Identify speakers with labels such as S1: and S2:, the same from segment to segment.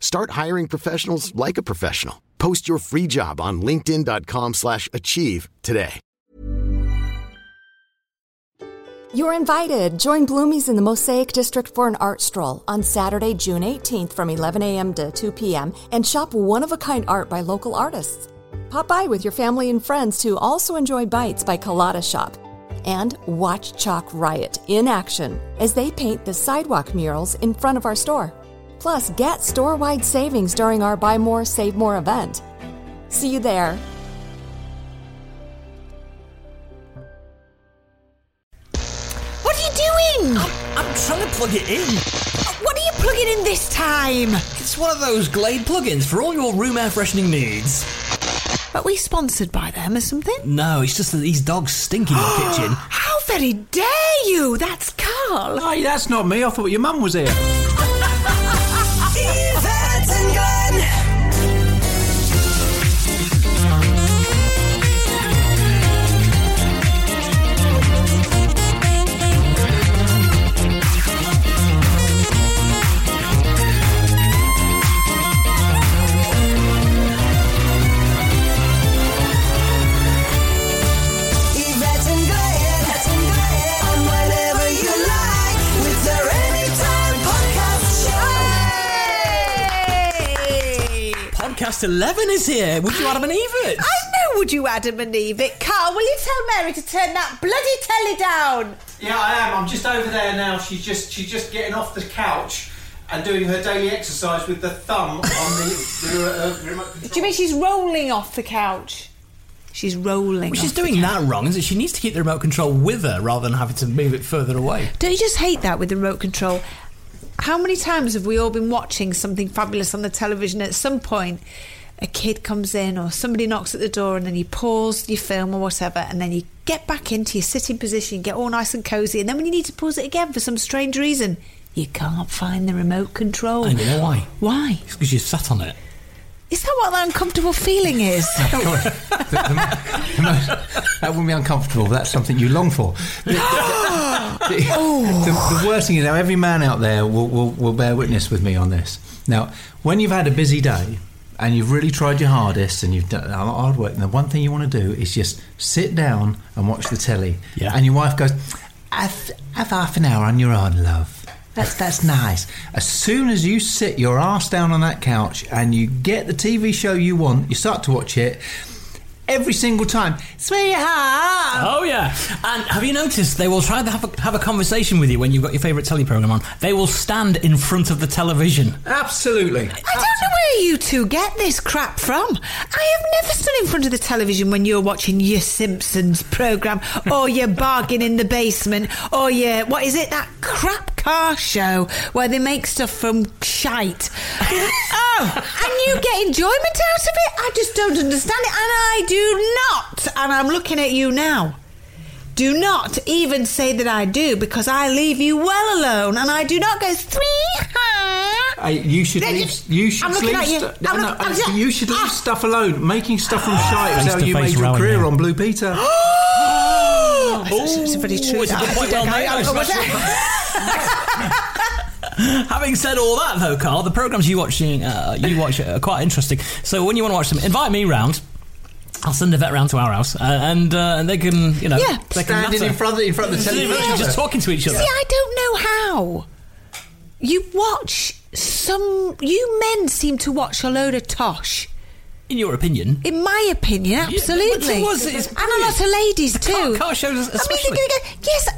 S1: Start hiring professionals like a professional. Post your free job on linkedin.com/achieve slash achieve today.
S2: You're invited. Join Bloomies in the Mosaic District for an art stroll on Saturday, June 18th from 11 a.m. to 2 p.m. and shop one of a kind art by local artists. Pop by with your family and friends to also enjoy Bites by Colada Shop and watch Chalk Riot in action as they paint the sidewalk murals in front of our store. Plus, get store wide savings during our Buy More, Save More event. See you there.
S3: What are you doing?
S4: I'm trying to plug it in.
S3: Um, What are you plugging in this time?
S4: It's one of those Glade plugins for all your room air freshening needs.
S3: Are we sponsored by them or something?
S4: No, it's just that these dogs stink in your kitchen.
S3: How very dare you? That's Carl.
S5: Hey, that's not me. I thought your mum was here.
S6: Yvette and Glenn. On whenever you like with their Anytime Podcast Show.
S4: Podcast 11 is here. Would you Adam and Eve it?
S3: I know, would you, Adam and Eve? It, Carl, will you tell Mary to turn that bloody telly down?
S5: Yeah, I am. I'm just over there now. She's just she's just getting off the couch and doing her daily exercise with the thumb on the, the, uh, remote control.
S3: Do you mean she's rolling off the couch? She's rolling.
S4: She's doing that wrong, isn't she? She needs to keep the remote control with her rather than having to move it further away.
S3: Don't you just hate that with the remote control? How many times have we all been watching something fabulous on the television? At some point, a kid comes in or somebody knocks at the door, and then you pause your film or whatever, and then you get back into your sitting position, get all nice and cozy, and then when you need to pause it again for some strange reason, you can't find the remote control.
S4: I know why.
S3: Why?
S4: It's because you sat on it.
S3: Is that what that uncomfortable feeling is?
S7: That wouldn't be uncomfortable. That's something you long for. The, the- the- the worst thing is now every man out there will, will, will bear witness with me on this. Now, when you've had a busy day and you've really tried your hardest and you've done a lot of hard work, and the one thing you want to do is just sit down and watch the telly.
S4: Yeah.
S7: And your wife goes, have, have half an hour on your own, love. That's, that's nice. As soon as you sit your ass down on that couch and you get the TV show you want, you start to watch it. Every single time, sweetheart,
S4: Oh yeah, and have you noticed they will try to have a, have a conversation with you when you've got your favourite telly program on? They will stand in front of the television.
S7: Absolutely.
S3: I don't know where you two get this crap from. I have never stood in front of the television when you're watching your Simpsons program, or your bargain in the basement, or your what is it that crap car show where they make stuff from shite. oh, and you get enjoyment out of it. I just don't understand it, and I do not. And I'm looking at you now. Do not even say that I do because I leave you well alone, and I do not go three.
S7: I, you should
S3: Then you-
S7: leave. You should
S3: I'm looking
S7: leave.
S3: at you.
S7: stu-
S3: I'm
S7: no,
S3: look- I'm
S7: actually,
S3: look-
S7: you should leave
S3: Ah.
S7: stuff alone. Making stuff from shite is how you
S4: Ah. Face-to-face
S7: made your
S4: rowing
S7: career
S4: now.
S7: on Blue Peter.
S4: Oh,
S3: It's, it's very true.
S4: it's a good
S3: I
S4: point,
S3: don't
S4: well
S3: know.
S4: made,
S3: I don't know
S4: Alex.
S3: what that-
S4: Having said all that, though, Carl, the programs you watching uh, you watch are quite interesting. So when you want to watch them, invite me round. I'll send a vet round to our house, uh, and uh, and they can you know
S3: Yeah.
S4: they can
S7: Standing
S4: natter.
S7: in front of in front of the
S4: Literally
S7: television.
S4: just talking to each other.
S3: See, I don't know how. You watch some. You men seem to watch a load of tosh.
S4: in your opinion.
S3: In my opinion,
S4: but
S3: absolutely.
S4: it was- it's
S3: and a lot of ladies too.
S4: Car, car shows,
S3: I mean,
S4: especially.
S3: they go, yes.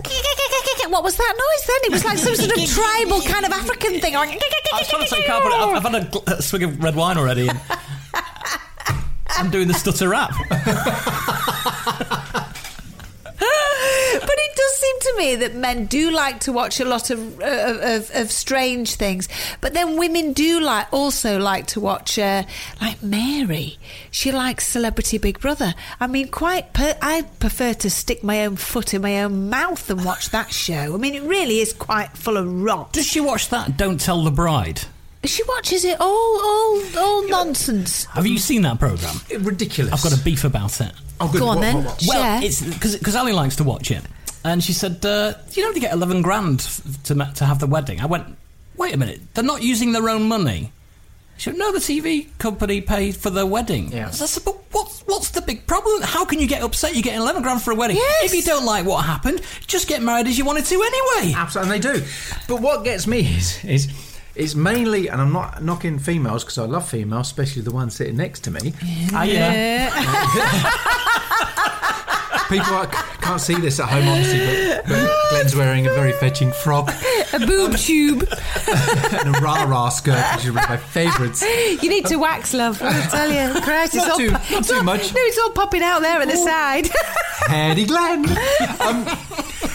S3: What was that noise then? It was like some sort of tribal kind of African thing.
S4: I was trying to say car, but I've, I've had a, gl- a swig of red wine already. And I'm doing the stutter rap.
S3: but it does seem to me that men do like to watch a lot of uh, of, of strange things, but then women do like also like to watch uh, like Mary. She likes Celebrity Big Brother. I mean, quite. Per- I prefer to stick my own foot in my own mouth than watch that show. I mean, it really is quite full of rot.
S4: Does she watch that? Don't tell the bride.
S3: She watches it all, all, all nonsense.
S4: Have you seen that program?
S7: Ridiculous.
S4: I've got a beef about it.
S7: Oh, good.
S3: Go on
S7: What-
S3: then.
S7: what- what-
S3: Share.
S4: Well, it's because Ali likes to watch it, and she said, uh, "You don't have to get eleven grand f- to ma- to have the wedding." I went, "Wait a minute, they're not using their own money." She went, "No, the TV company paid for their wedding."
S7: Yeah.
S4: So I said, "But what's what's the big problem? How can you get upset? You're getting eleven grand for a wedding.
S3: Yes.
S4: If you don't like what happened, just get married as you wanted to anyway."
S7: Absolutely, and they do. But what gets me is is it's mainly, and I'm not knocking females because I love females, especially the one sitting next to me.
S4: Are you?
S7: People are, can't see this at home, obviously, but, but Glenn's wearing a very fetching frock
S3: A boob tube.
S7: and a rah rah skirt, which is one of my favourites.
S3: You need to wax, love. I tell you, Christ, it's
S7: Not
S3: all
S7: too-
S3: pop-
S7: not
S3: it's
S7: too
S3: all-
S7: much. Oh.
S3: No, it's all popping out there at the side.
S7: Paddy Glenn. Um,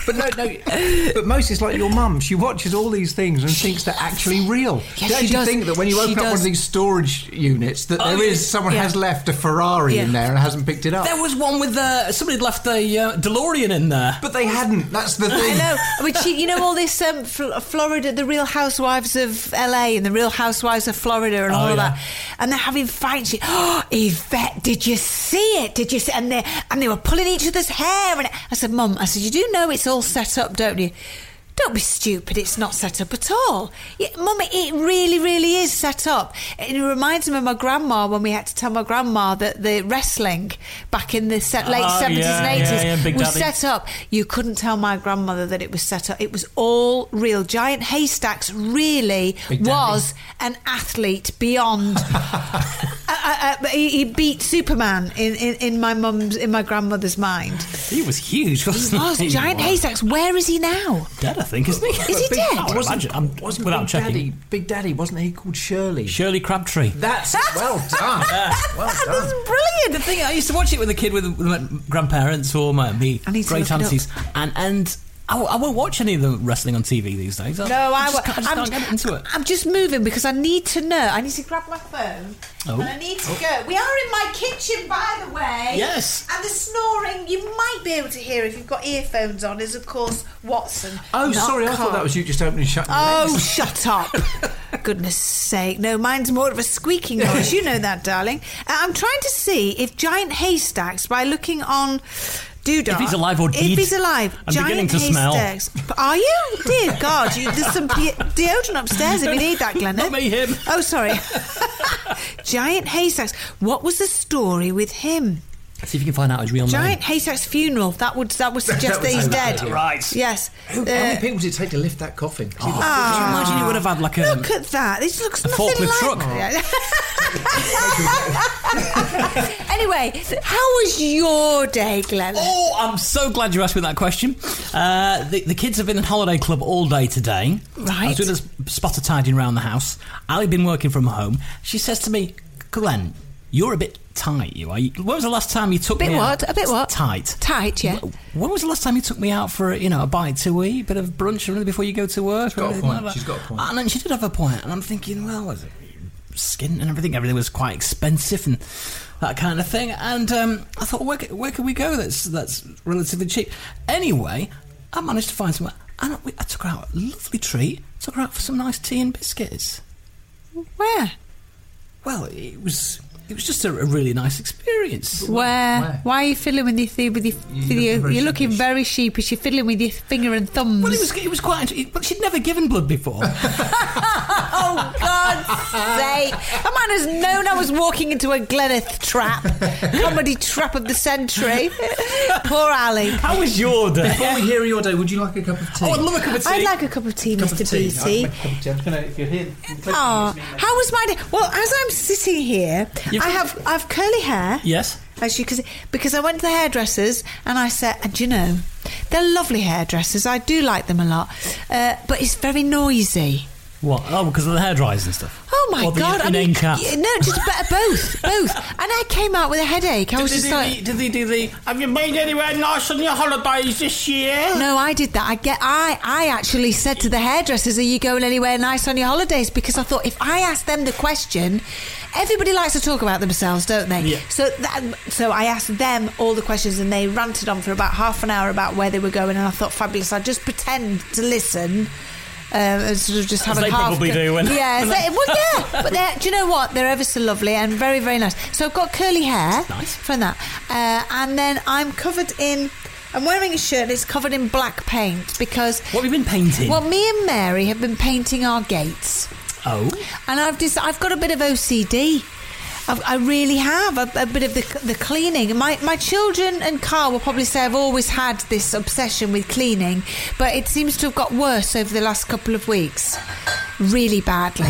S7: but no, no. But most is like your mum. She watches all these things and thinks they're actually real.
S3: Yes,
S7: you
S3: she
S7: actually
S3: does.
S7: think that when you
S3: She
S7: open up one
S3: does.
S7: of these storage units, that
S4: Oh,
S7: there is
S4: yeah.
S7: someone
S3: Yeah.
S7: has left a Ferrari
S3: Yeah.
S7: in there and hasn't picked it up.
S4: There was one with uh, somebody had left a uh, DeLorean in there.
S7: but they hadn't. That's the
S3: I
S7: thing.
S3: know. I mean, she, you know all this um, Fl- Florida, the Real Housewives of LA and the Real Housewives of Florida and
S4: Oh,
S3: all of
S4: yeah.
S3: that, and they're having fights. She, oh, Yvette, did you see it? Did you see? And they and they were pulling each other's hair. And I said, Mum, I said, you do know it's all set up, don't you? Don't be stupid. It's not set up at all, yeah, Mum. It really, really is set up. It reminds me of my grandma when we had to tell my grandma that the wrestling back in the se- late
S4: Oh,
S3: seventies
S4: yeah,
S3: and eighties
S4: yeah, yeah, Big
S3: was
S4: Daddy.
S3: set set up. You couldn't tell my grandmother that it was set up. It was all real. Giant Haystacks really
S7: Big Daddy.
S3: was an athlete beyond. uh, uh, uh, he, he beat Superman in, in, in my mum's in my grandmother's mind.
S4: He was huge,
S3: He
S4: wasn't
S3: was
S4: he?
S3: Giant
S4: Wow.
S3: Haystacks. Where is he now?
S4: Dead, I think, isn't he?
S3: Is he
S7: Big-
S3: dead?
S4: I would
S7: Wasn't,
S4: imagine. I'm,
S7: wasn't
S4: without
S7: Big
S4: checking.
S7: Daddy, Big Daddy, wasn't he called Shirley?
S4: Shirley Crabtree.
S7: That's well done. Well
S3: That's
S7: done.
S3: brilliant.
S4: The thing I used to watch it with a kid with, with my grandparents or my me
S3: I need to
S4: great
S3: look it
S4: aunties, and and I, w- I won't watch any of the wrestling on TV these days. I,
S3: No, I,
S4: I just,
S3: wa-
S4: can't, I just can't get into it.
S3: I'm just moving because I need to know. I need to grab my phone.
S4: Oh.
S3: And I need to go. We are in my kitchen, by the way.
S4: Yes.
S3: And the snoring you might be able to hear if you've got earphones on is, of course, Watson.
S7: Oh,
S3: not
S7: sorry, I
S3: Carl.
S7: thought that was you just opening and shutting. your
S3: Oh,
S7: legs.
S3: shut up. Goodness sake. No, mine's more of a squeaking noise. You know that, darling. Uh, I'm trying to see if Giant Haystacks, by looking on Doodar.
S4: If he's alive or
S3: If
S4: dead.
S3: he's alive.
S4: I'm
S3: giant
S4: beginning to smell.
S3: Haystacks. Are you? Dear God. You, there's some pe- deodorant upstairs if you need that, Glenn.
S4: Not me, him.
S3: Oh, sorry. Giant Haystacks. What was the story with him?
S4: See if you can find out his real
S3: Giant Haystacks funeral. That would that would suggest that,
S7: That would
S3: he's
S7: say that,
S3: dead.
S7: yeah.
S4: Right.
S3: Yes. Uh,
S7: Who- How many people did it take to lift that coffin?
S4: Could you imagine he would have had like um, a
S3: Look at that. This looks
S4: a
S3: nothing
S4: forklift
S3: like
S4: truck.
S3: Oh. anyway, how was your day, Glenn?
S4: Oh, I'm so glad you asked me that question. Uh, the, the kids have been in holiday club all day today. I
S3: Right.
S4: was doing this spot of tidying around the house. Ali's been working from home. She says to me, Glenn, you're a bit tight, you are. You- When was the last time you took
S3: Bit
S4: me
S3: what?
S4: out?
S3: A bit what?
S4: Tight.
S3: Tight, yeah.
S4: When was the last time you took me out for you know a bite to eat, bit of brunch, or before you go to work?
S7: She's got a
S4: or anything
S7: point.
S4: like that?
S7: She's got a point.
S4: And then she did have a point, and I'm thinking, well, was it skin and everything? Everything was quite expensive and that kind of thing. And um, I thought, where, c- where can we go? That's that's relatively cheap. Anyway, I managed to find somewhere, and we, I took her out. Lovely treat. Took her out for some nice tea and biscuits.
S3: Where?
S4: Well, it was it was just a, a really nice experience.
S3: Where?
S7: Where?
S3: Why are you fiddling with your thi- with your,
S7: You're
S3: with your- you're looking
S7: looking very sheepish.
S3: very sheepish. You're fiddling with your finger and thumbs.
S4: Well, it was it was quite. int- But she'd never given blood before.
S3: oh Oh, God's sake. A man has known I was walking into a Glenith trap, comedy trap of the century. Poor Ali.
S4: How was your day?
S7: Before we hear your day, would you like a cup of tea?
S4: Oh, I'd love a cup of tea.
S3: I'd like a cup of tea,
S7: Cup
S3: Mr.
S7: of tea. I'll
S3: Beatty.
S7: make a cup of tea. I'm just gonna- if you're here-
S3: Oh, how was my day? Well, as I'm sitting here,
S4: You've-
S3: I have I have curly hair.
S4: Yes.
S3: As you can see, because I went to the hairdressers and I said, and you know, they're lovely hairdressers. I do like them a lot, uh, but it's very noisy.
S4: What? Oh, because of the hairdryers and stuff.
S3: Oh my
S4: Or the
S3: god!
S4: inane cat.
S3: yeah, no, just about both, both. And I came out with a headache. I was
S4: Did
S3: just
S4: they, do the,
S3: like,
S4: did they do the? Have you been anywhere nice on your holidays this year?
S3: no, I did that. I get. I I actually said to the hairdressers, "Are you going anywhere nice on your holidays?" Because I thought if I asked them the question, everybody likes to talk about themselves, don't they?
S4: Yeah.
S3: So that, so I asked them all the questions, and they ranted on for about half an hour about where they were going, and I thought fabulous. I would just pretend to listen. Um, and sort of just have
S4: they
S3: a half
S4: probably do when-
S3: yeah,
S4: when
S3: they, well, yeah. But they're, do you know what? They're ever so lovely and very, very nice. So I've got curly hair
S4: Nice.
S3: from that, uh, and then I'm covered in. I'm wearing a shirt that's covered in black paint because.
S4: What have you been painting?
S3: Well, me and Mary have been painting our gates
S4: Oh,
S3: and I've just I've got a bit of OCD. I've, I really have a, a bit of the, the cleaning. My my children and Carl will probably say I've always had this obsession with cleaning, but it seems to have got worse over the last couple of weeks, really badly.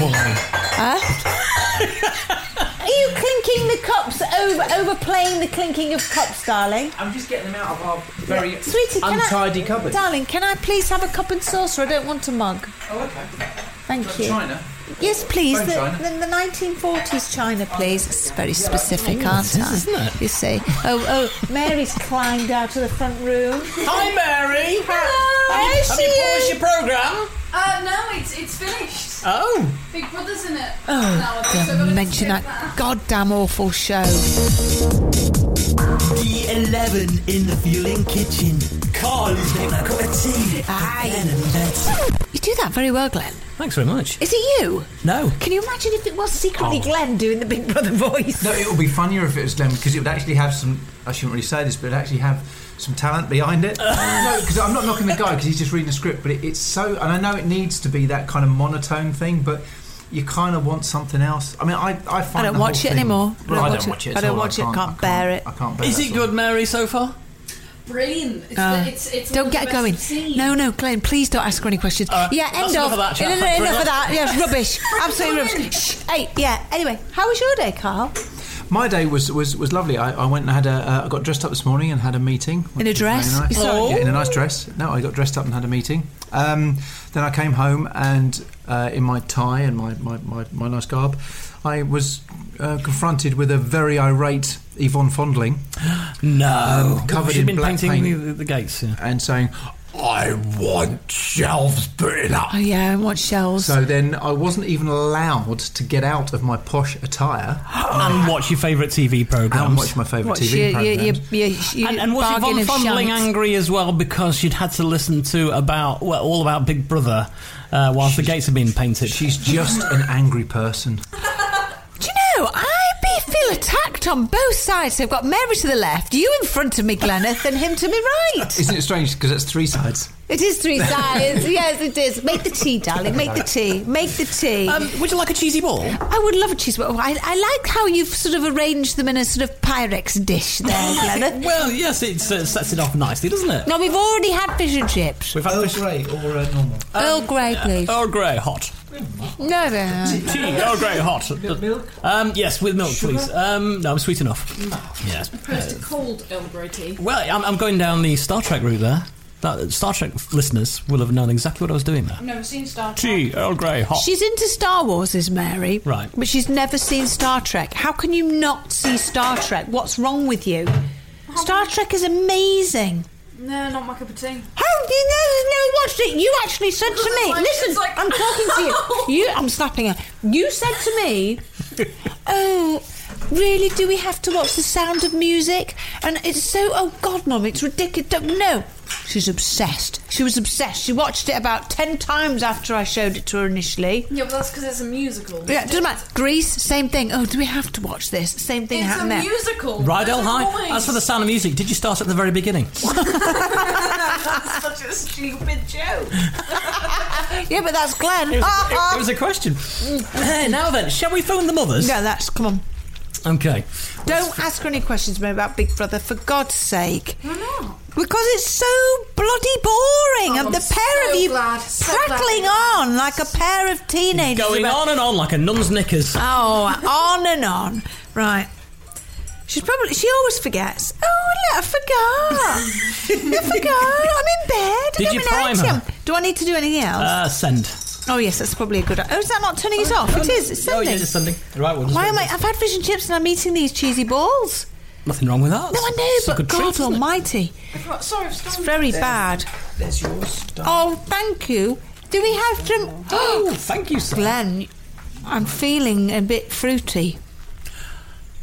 S3: Huh? Are you clinking the cups over overplaying the clinking of cups, darling?
S7: I'm just getting them out of our very
S3: Sweetie, can
S7: untidy
S3: I,
S7: cupboard.
S3: Darling, can I please have a cup and saucer? I don't want a mug.
S7: Oh, okay.
S3: Thank you.
S7: China.
S3: Yes, please.
S7: Phone
S3: The,
S7: china.
S3: the, the 1940s China, please. It's very specific, aren't
S4: it is,
S3: I?
S4: isn't it?
S3: You see. Oh, oh, Mary's climbed out of the front room.
S4: hi Mary.
S3: Hello.
S4: Have you,
S3: There she
S4: have you paused
S3: is.
S4: your program?
S5: Uh, no, it's it's finished.
S4: Oh,
S5: Big Brother's in it.
S3: Oh,
S5: nowadays, I've got
S3: don't
S5: to
S3: mention
S5: skip
S3: that goddamn awful show.
S8: The 11 in the fueling kitchen. Carl is making a cup of tea.
S3: Aye.
S8: And that's
S3: You do that very well, Glenn.
S4: thanks very much.
S3: Is it you?
S4: No,
S3: Can you imagine if it was secretly
S4: Oh.
S3: Glenn doing the Big Brother voice?
S7: No, it would be funnier if it was Glenn because it would actually have some. I shouldn't really say this, but it'd actually have some talent behind it. no, because I'm not knocking the guy because he's just reading a script, but it, it's so. And I know it needs to be that kind of monotone thing, but you kind of want something else. I mean, I I find
S3: I don't
S7: the whole
S3: watch it
S7: thing-
S3: anymore.
S7: Well, I don't watch it. at
S3: I don't
S7: all.
S3: watch it. Can't,
S7: I
S3: bear it.
S7: I can't bear
S4: is
S7: that
S4: it
S7: sort of-
S4: good, Mary, so far?
S5: that. Brilliant. It's,
S3: Uh,
S5: the, it's, it's
S3: don't
S5: one of
S3: get
S5: the best
S3: going.
S5: I've seen.
S3: No, no, Glenn, please don't ask her any questions.
S4: All right,
S3: yeah,
S4: that's
S3: end
S4: enough
S3: of.
S4: of that chat.
S3: no, no,
S4: Thank you
S3: enough
S4: very
S3: of that. Yeah, rubbish. Absolutely rubbish. Shh. Hey, yeah. Anyway, how was your day, Carl?
S7: My day was was, was lovely. I, I went and had a. Uh, I got dressed up this morning and had a meeting. which
S3: a
S7: was
S3: dress?
S7: very Nice.
S3: You saw it?
S7: Yeah, in a nice dress. No, I got dressed up and had a meeting. Um, then I came home and uh, in my tie and my, my, my, my nice garb, I was uh, confronted with a very irate Yvonne Fondling
S4: No,
S7: Um, covered
S4: She'd
S7: in
S4: been
S7: black
S4: painting
S7: paint.
S4: The, the gates. Yeah.
S7: and saying, "I want shelves putting up."
S3: Oh yeah, I want shells.
S7: So then I wasn't even allowed to get out of my posh attire
S4: And watch your favourite TV programs.
S7: and watch my favourite
S3: What's
S7: TV
S3: your, your,
S7: programmes.
S3: your, your, your
S4: and, and was
S3: bargain
S4: Yvonne
S3: of
S4: Fondling
S3: shite?
S4: angry as well because she'd had to listen to about well, all about Big Brother uh, whilst the gates had been painted?
S7: She's just an angry person.
S3: Do you know, I be, feel attacked on both sides. So I've got Mary to the left, you in front of me, Gleneth, and him to me right.
S7: Isn't it strange? Because that's three sides.
S3: It is three sides. yes, it is. Make the tea, darling. Make the tea. Make the tea.
S4: um, would you like a cheesy ball?
S3: I would love a cheeseburger. I, I like how you've sort of arranged them in a sort of Pyrex dish there, Glenna.
S4: well, yes, it uh, sets it off nicely, doesn't it?
S3: now, we've already had fish and chips.
S4: We've had fish-
S7: Grey or uh, normal?
S3: Earl Grey, please.
S4: Earl Oh, Grey hot.
S3: no, no.
S4: Tea, Earl Grey hot.
S7: milk?
S4: Um, yes, with milk, please. Um, no, I'm sweet enough.
S5: Mm.
S4: Yes.
S5: Opposed to cold Earl Grey tea.
S4: Well, I'm, I'm going down the Star Trek route there. That, Star Trek listeners will have known exactly what I was doing there.
S5: I've never seen Star Trek.
S4: Tea, Earl Grey hot.
S3: She's into Star Wars, is Mary.
S4: Right.
S3: But she's never seen Star Trek. How can you not see Star Trek? What's wrong with you? Star Trek is amazing.
S5: No, not my cup of tea.
S3: How do you know no one watched it? You actually said to
S5: Because
S3: me,
S5: my
S3: listen,
S5: kid's like,
S3: I'm talking to you. You, I'm slapping her. You said to me, oh, Really, do we have to watch The Sound of Music? And it's so, oh God, Mum, it's ridiculous. Don't- No. She's obsessed. She was obsessed. She watched it about 10 times after I showed it to her initially.
S9: Yeah, but that's because it's a musical.
S3: Yeah, it doesn't matter. Greece, same thing. Oh, do we have to watch this? Same thing
S9: It's a
S3: happened there.
S9: musical.
S4: Rydell High. As for the sound of music, did you start at the very beginning?
S9: Such a stupid joke.
S3: yeah, but that's Glenn.
S4: It was, it- it was a question. Eh, now then, shall we phone the mothers?
S3: No, that's come on.
S4: Okay.
S3: Don't ask her any questions mate, about Big Brother, for God's sake. Because it's so bloody
S9: Oh,
S3: boring, and the pair of you prattling on like a pair of teenagers.
S4: Going
S3: about-
S4: on and on like a nun's knickers.
S3: Oh, on and on. Right. She's probably. She always forgets. Oh, look, I forgot. I forgot. I'm in bed.
S4: Did
S3: I'm
S4: you
S3: an
S4: prime her?
S3: item. Do I need to do anything else?
S4: Uh, send.
S3: oh yes, that's probably a good. Oh, is that not turning it off? It is. It's
S4: Oh,
S3: sending.
S4: yeah, it's sending. Right, we'll just
S3: Why
S4: do
S3: am I?
S4: this.
S3: I've had fish and chips and I'm eating these cheesy balls.
S4: Nothing wrong with that.
S3: No, I
S4: It's a
S3: know, but
S4: good treat,
S3: God
S4: isn't it?
S3: Almighty,
S9: Sorry, I've
S3: it's very bad.
S4: There's yours.
S3: Oh, thank you. Do we have some?
S4: Oh, thank you, sir.
S3: Glenn, I'm feeling a bit fruity.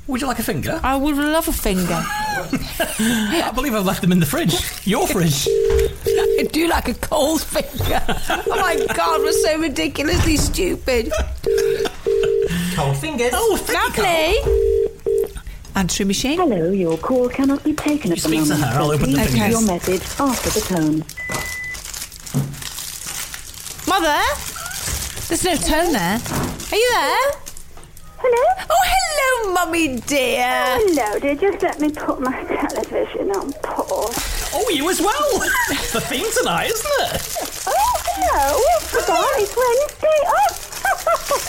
S4: Would you like a finger?
S3: I would love a finger.
S4: I believe I've left them in the fridge. Your fridge.
S3: I do like a cold finger. Oh my God, we're so ridiculously stupid.
S10: Cold fingers.
S4: Oh, thank you. Carl.
S3: Lovely. Answering machine.
S7: Hello, your call cannot be taken at the
S4: speak to
S7: moment.
S4: her, I'll
S7: so
S4: open the
S7: please
S3: fingers.
S7: leave your message after the tone.
S3: Mother, there's no tone there. Are you there?
S7: Hello?
S3: Oh, hello, mummy dear.
S7: Hello, dear. Just let me put my television on pause.
S4: Oh, you as well. the theme tonight, isn't it?
S7: Oh, hello. I forgot it's Wednesday.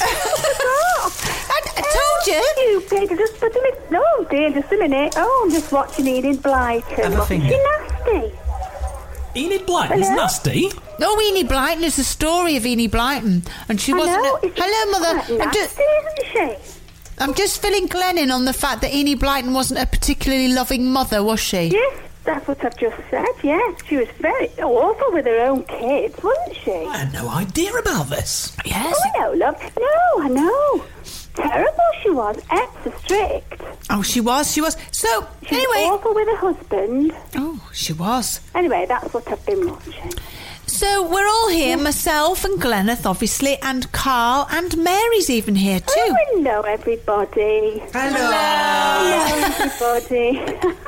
S7: Oh, I
S3: I, I told you.
S7: You baby, just put them in. No, dear, just a minute. Oh, I'm just watching Enid Blyton.
S10: Have a
S7: Wasn't
S10: finger.
S7: she nasty?
S4: Enid Blyton's
S7: Hello?
S4: nasty.
S3: Oh, Enid Blyton is the story of Enid Blyton, and she
S7: I
S3: wasn't.
S7: know.
S3: a-
S7: it's
S3: hello,
S7: quite
S3: mother. I'm,
S7: Nasty,
S3: ju-
S7: isn't she?
S3: I'm just filling Glenn in on the fact that Enid Blyton wasn't a particularly loving mother, was she?
S7: Yes, that's what I've just said. Yes, she was very awful with her own kids, wasn't she?
S4: I had no idea about this.
S3: Yes.
S7: Oh, I know, love. No, I know. Terrible she was. Extra strict.
S3: Oh, she was. She was. So
S7: She was
S3: anyway.
S7: awful with her husband.
S3: Oh, she was.
S7: Anyway, that's what I've been watching.
S3: So we're all here, myself and Glenneth, obviously, and Carl and Mary's even here too.
S7: Oh, hello, everybody. Hello, everybody.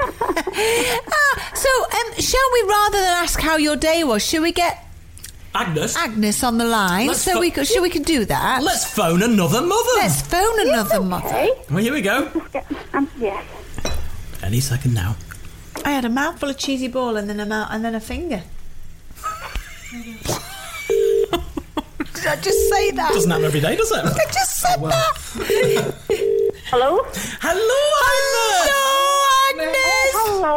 S3: Ah, so um, shall we, rather than ask how your day was, shall we get
S4: Agnes,
S3: Agnes on the line?
S4: Let's
S3: so
S4: pho-
S3: we could, sure we can do that.
S4: let's phone another mother.
S3: Let's phone another mother.
S7: okay.
S4: Well, here we go.
S7: Um, yes.
S4: Any second now.
S3: I had a mouthful of cheesy ball and then a mouth and then a finger. Did I just say that?
S4: Doesn't Oh, happen every day, does it?
S3: I just said that.
S7: Hello?
S4: Hello, Agnes.
S3: Agnes.
S7: Hello.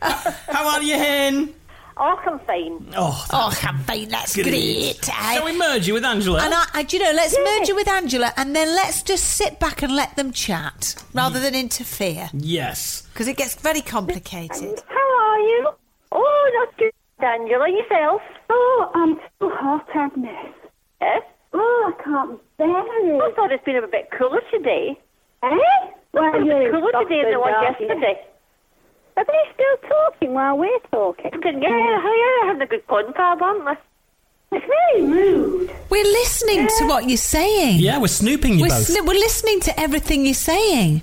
S4: How are you, Hen?
S7: I can find.
S4: Oh,
S3: Oh, campaign, that's great. I-
S4: shall we merge you with Angela?
S3: And I, I, do you know, let's merge you with Angela, and then let's just sit back and let them chat rather than interfere
S4: yes.
S3: because it gets very complicated.
S7: How are you? Oh, not good, Angela. Yourself? Oh, I'm so hot, Agnes. Eh? Oh, I can't bear it. I thought it's been a bit cooler today. Eh? Well, it's been cooler today than it was yesterday. Are they still talking while we're talking? Yeah, yeah, having a good fun, Bob, aren't they? It's very rude.
S3: We're listening to what you're saying.
S4: Yeah, we're snooping you
S3: We're,
S4: both.
S3: sli- we're listening to everything you're saying.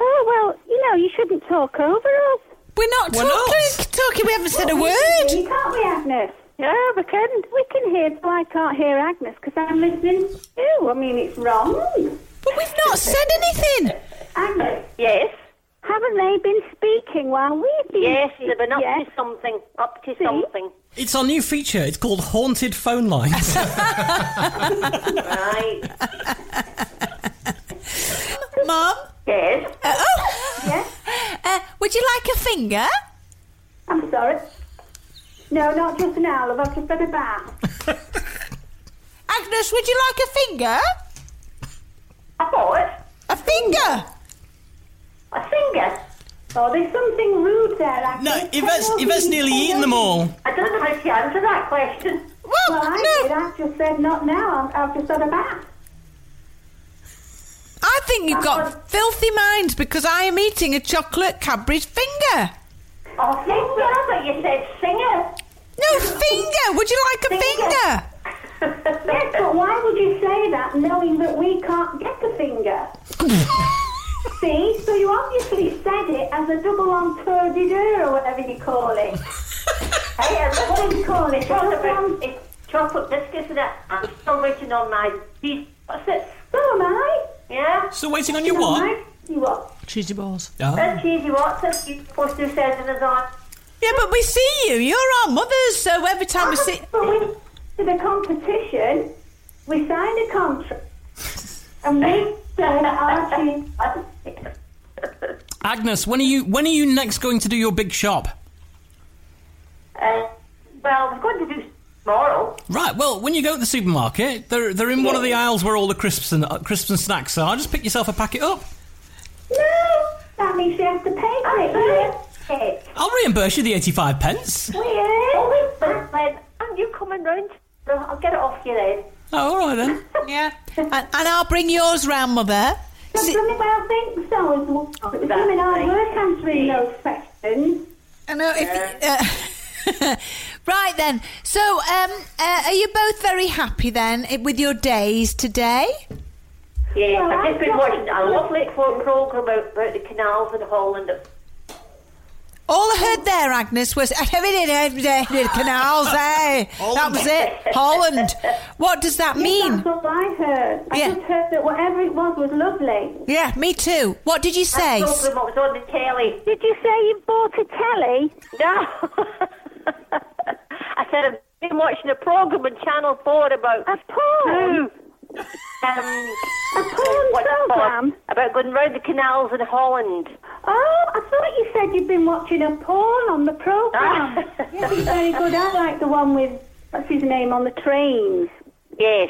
S7: Oh, well, you know, you shouldn't talk over us.
S3: We're not
S4: We're
S3: talking.
S4: not.
S3: Talking. We haven't said a word.
S7: Can't we, Agnes? Yeah, we can. We can hear, but I can't hear Agnes because I'm listening to you. I mean, it's wrong.
S3: But we've not said anything.
S7: Agnes? Yes? Haven't they been speaking while we've been Yes, they've been up to something. Up to something.
S4: It's our new feature. It's called Haunted Phone Lines.
S7: Right.
S3: Mum, oh.
S7: yes?
S3: uh, would you like a finger?
S7: I'm sorry. No, not just an olive. I've just had a bath.
S3: Agnes, would you like a finger?
S7: I thought,
S3: A finger.
S7: a finger. Oh, there's something rude there, Agnes.
S4: no, Yvette's,
S7: Tell
S4: Yvette's
S7: me,
S4: nearly
S7: tell
S4: eaten
S7: me.
S4: them all.
S7: I don't know how to answer that question.
S3: Well,
S7: I
S3: no.
S7: did. I just said not now. I've, I've just had a bath.
S3: I I think you've got filthy minds because I am eating a chocolate Cadbury's finger.
S7: Oh, finger, I thought you said singer.
S3: No, finger. Would you like a finger?
S7: yes, but why would you say that knowing that we can't get a finger? See, so you obviously said it as a double entendre de deux or whatever you call it. hey, uh, what do you call it? Chocolate, it's chocolate biscuits and that. I'm still waiting on my piece. What's it? So am I. Yeah.
S4: Still waiting on your what?
S7: You what?
S3: Cheesy balls.
S7: That's cheesy what? That's supposed to say in the dark.
S3: Yeah, but we see you. You're our mothers, so every time we see.
S7: But we to the competition, we signed a contract, and we said our cheese.
S4: Agnes, when are you when are you next going to do your big shop?
S7: Uh, well, we're going to do tomorrow.
S4: Right. Well, when you go to the supermarket, they're they're in one of the aisles where all the crisps and uh, crisps and snacks are. Just pick yourself a packet up.
S7: No, that means you have to pay for it. doesn't it.
S4: I'll reimburse you the eighty-five pence.
S7: Weird. Oh, wait, Len, aren't you coming round? No, I'll get it off you then.
S4: Oh, all right then.
S3: Yeah. And, and I'll bring yours round, Mother.
S7: I bloody well think so as well. But the women are worth answering those questions.
S3: I know. If you, uh, right then. So, um, uh, are you both very happy then eh, with your days today?
S7: Yeah,
S2: I've just been watching a lovely programme about, about the canals in Holland.
S3: All I heard there, Agnes, was canals. Eh? That was it. Holland. What does that mean?
S7: That's what I heard. I
S3: Yeah.
S7: just heard that whatever it was was lovely.
S3: Yeah, me too. What did you say?
S7: was on the telly. Did you say you bought a telly?
S2: No. I said I've been watching a programme on Channel 4 about... A
S7: porn?
S2: Hmm. Um,
S7: A porn
S2: what's it called?
S7: programme?
S2: About going round the canals in Holland.
S7: Oh, I thought you said you'd been watching a porn on the programme.
S2: Ah.
S7: yeah, it's very good. I like the one with, what's his name, on the trains.
S2: Yes.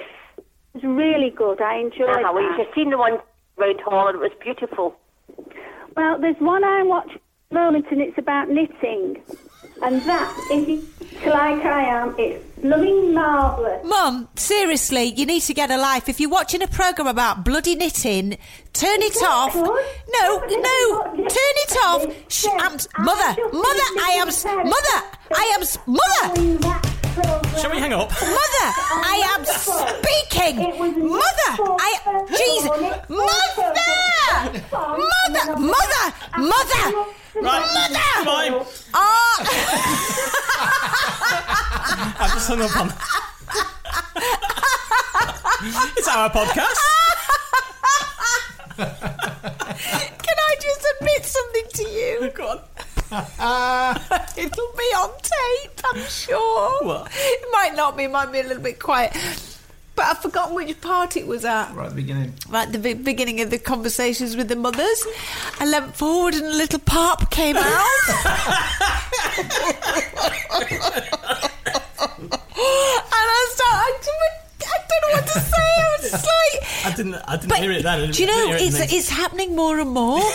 S7: It's really good. I enjoyed
S2: Uh-huh. Well,
S7: that.
S2: you've just seen the one round Holland. It was beautiful.
S7: Well, there's one I watch at the moment, and it's about knitting. And that is like I am. It's loving marvellous.
S3: Mum, seriously, you need to get a life. If you're watching a programme about bloody knitting, turn it off. No, no, turn it off. Sh- I'm, s- mother, mother, I am, s- mother, I am, s- mother,
S4: Shall we hang up?
S3: mother, I am speaking. Mother, I, Jesus, mother, mother, mother, mother, mother.
S4: Bye.
S3: Ah,
S4: I've just hung up on. it's our podcast.
S3: can I just admit something to you?
S4: Go on.
S3: It'll be on tape, I'm sure.
S4: What?
S3: It might not be, it might be a little bit quiet. But I've forgotten which part it was at.
S11: Right at the beginning.
S3: Right at the be- beginning of the conversations with the mothers, I leant forward and a little pop came out. and I started, I don't know what to say. I was just like,
S4: I didn't. I didn't
S3: but
S4: hear it then.
S3: do you
S4: I didn't
S3: know
S4: hear it
S3: it's
S4: then.
S3: it's happening more and more? you know, when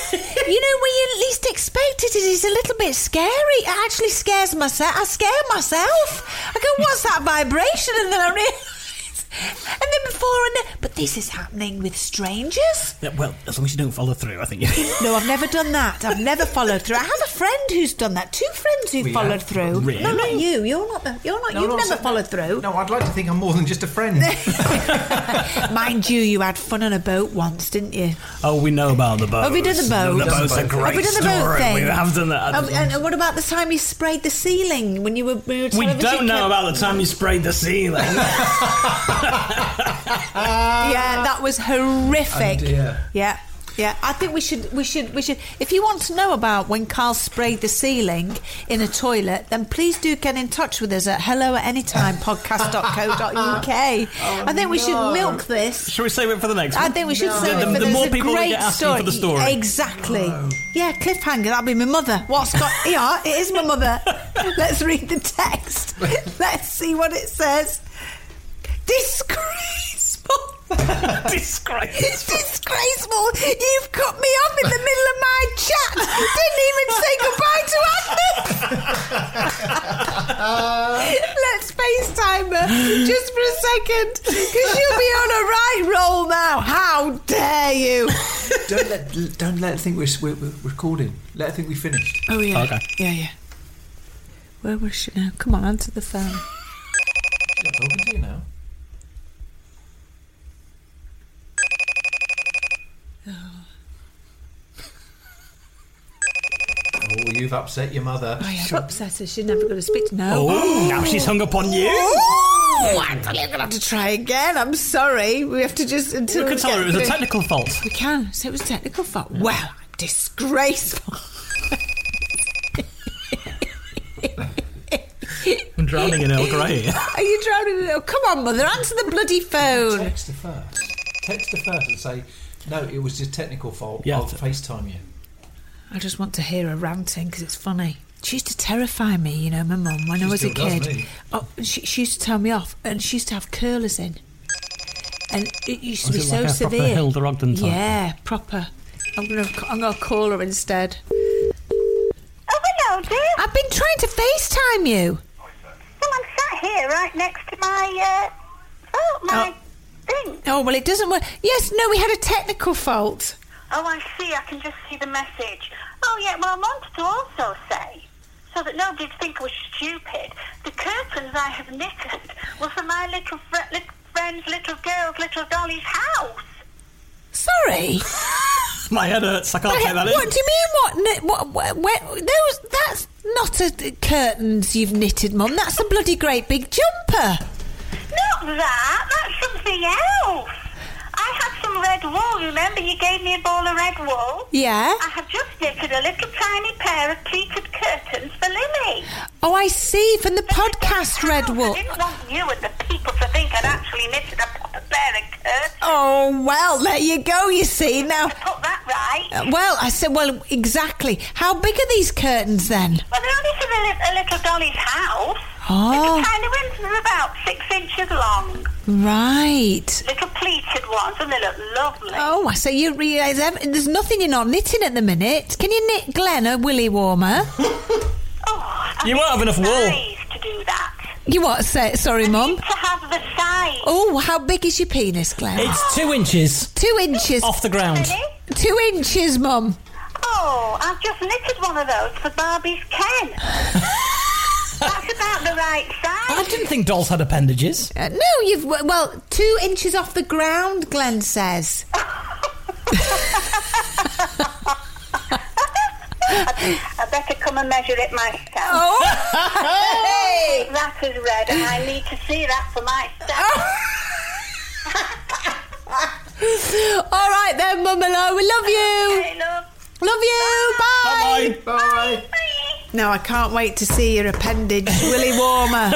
S3: you least expect it, it is a little bit scary. It actually scares myself. I scare myself. I go, "What's that vibration?" And then I realise, and then before I know, but this is happening with strangers.
S4: Yeah, well, as long as you don't follow through, I think. you-
S3: No, I've never done that. I've never followed through. I have a friend who's done that. Two friends who
S11: We
S3: followed
S11: have.
S3: through. No, not
S4: Really?
S3: you. You're not. The, you're not.
S11: No,
S3: you've
S11: no,
S3: never
S11: so-
S3: followed through.
S11: No, I'd like to think I'm more than just a friend.
S3: Mind you, you had fun on a boat once, didn't you?
S4: Oh, we know about the boat.
S3: Have we done the boat?
S4: The boat's a great
S3: Have we done the boat
S4: story.
S3: thing?
S4: We have done that.
S3: Oh, and, and what about the time you sprayed the ceiling when you were? When you were
S4: we
S3: television
S4: don't know
S3: cam-
S4: about the time you sprayed the ceiling.
S3: Yeah, that was horrific.
S11: Oh, dear.
S3: Yeah, yeah. I think we should, we should, we should. If you want to know about when Carl sprayed the ceiling in a toilet, then please do get in touch with us at hello at anytimepodcast.co.uk. I think we should milk this.
S4: Shall we save it for the next
S3: I
S4: one?
S3: think we should
S4: No.
S3: save
S4: The-
S3: it for
S4: the
S3: there's
S4: more
S3: a
S4: people we
S3: great
S4: get asking
S3: story.
S4: for the story.
S3: Exactly. Yeah, cliffhanger. That'll be my mother. What's got? yeah, it is my mother. Let's read the text. Let's see what it says. Disgraceful.
S4: Disgrace.
S3: It's disgraceful. You've cut me off in the middle of my chat. Didn't even say goodbye to Agnes. Let's FaceTime her just for a second because you'll be on a right roll now. How dare you?
S7: don't let don't let her think we're, we're, we're recording. Let her think we finished.
S3: Oh, yeah. Yeah, yeah. Where was she now? Come on, answer the phone.
S7: I'm talking to you now. Oh, you've upset your mother.
S3: I have Oh, upset her. She's never going to speak. No.
S7: Oh, now she's hung up on you.
S3: Oh, I'm going to have to try again. I'm sorry. We have to just until
S4: We could
S3: we
S4: tell
S3: get
S4: her it was a
S3: through.
S4: technical fault.
S3: We can. So it was technical fault. Well, disgraceful.
S4: I'm drowning in Earl Grey.
S3: Are you drowning in? Oh, come on, mother, answer the bloody phone.
S7: Text her first. Text her first and say, no, it was just technical fault. I'll FaceTime you.
S3: I just want to hear her ranting because it's funny. She used to terrify me, you know, my mum, when
S7: She
S3: I was a
S7: still does
S3: kid.
S7: me.
S3: Oh, she, she used to tell me off, and she used to have curlers in. And it used to
S4: Was
S3: be
S4: it
S3: so
S4: like a proper
S3: severe.
S4: Hilda Ogden type?
S3: Yeah, proper. I'm gonna, I'm gonna call her instead.
S5: Oh, hello, dear.
S3: I've been trying to FaceTime you.
S5: Someone sat here right next to my, uh, oh, my thing.
S3: Oh well, it doesn't work. Yes, no, we had a technical fault.
S5: Oh, I see. I can just see the message. Oh, yeah. Well, I wanted to also say, so that nobody'd think I was stupid, the curtains I have knitted were for my little, fr- little friend's little girl's little dolly's house.
S3: Sorry.
S4: My head hurts. I can't
S3: But
S4: take that in.
S3: what do you mean? What? kni- What? what where, those? That's not a the curtains you've knitted, Mum. That's a bloody great big jumper.
S5: Not that. That's something else. I had some red wool. Remember, you gave me a ball of red wool.
S3: Yeah.
S5: I have just knitted a little tiny pair of pleated curtains for Limmy.
S3: Oh, I see. From the podcast, Red Wool.
S5: I didn't want you and the people to think I'd actually knitted a proper pair of curtains.
S3: Oh well, there you go. You see now.
S5: Put that right.
S3: Uh, Well, I said. Well, exactly. How big are these curtains then?
S5: Well, they're only for the li- a little dolly's house.
S3: Oh,
S5: Tiny ones are about six inches long.
S3: right.
S5: Little pleated ones, and they look lovely.
S3: Oh, I say you realise ev- there's nothing you're not knitting at the minute. Can you knit Glenn a willy warmer?
S5: Oh,
S4: You won't have enough wool.
S3: You what? Say, sorry, Mum.
S5: To have the size.
S3: Oh, how big is your penis, Glenn?
S4: It's two inches
S3: two inches
S4: off the ground.
S3: Two inches, Mum.
S5: Oh, I've just knitted one of those for Barbie's Ken. That's about the right size.
S4: I didn't think dolls had appendages.
S3: Uh, no, you've well two inches off the ground. Glenn says.
S5: I better come and measure it myself.
S3: Oh.
S5: I don't think that is red, and I need to see that for myself.
S3: All right then, Mum and I, we love you. Love you. Bye.
S7: Bye. Bye.
S3: No, I can't wait to see your appendage, Willy Warmer.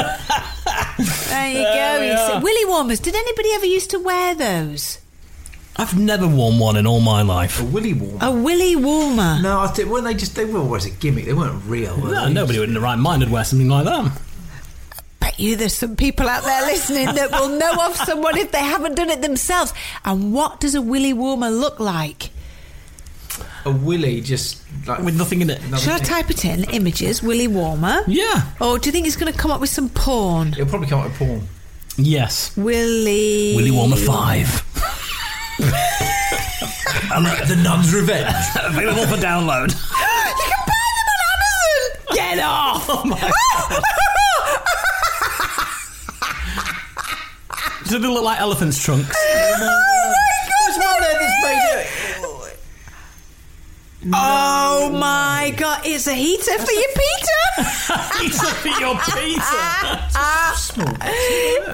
S3: there you
S4: There
S3: go.
S4: we
S3: You see-
S4: are.
S3: Willy Warmers. Did anybody ever used to wear those?
S4: I've never worn one in all my life. A
S7: willy warmer.
S3: A willy warmer.
S7: No, I think weren't they just they were always a gimmick. They weren't real. Were
S4: No,
S7: they?
S4: nobody would in their right mind would wear something like that.
S3: Bet you there's some people out there listening that will know of someone if they haven't done it themselves. And what does a willy warmer look like?
S7: A willy just like with
S4: nothing in it.
S3: Shall I type it in? Images, willy warmer.
S4: Yeah.
S3: Or do you think it's going to come up with some porn?
S7: It'll probably come up with porn.
S4: Yes.
S3: Willy.
S4: Willy Warmer 5.
S7: And like the nun's revenge.
S4: Available for download.
S3: You can buy them on Amazon. Get off!
S4: Oh my Do they look like elephant's trunks?
S7: There's one there that's
S3: Oh my god, it's a heater for your Peter!
S4: heater for your
S3: Peter!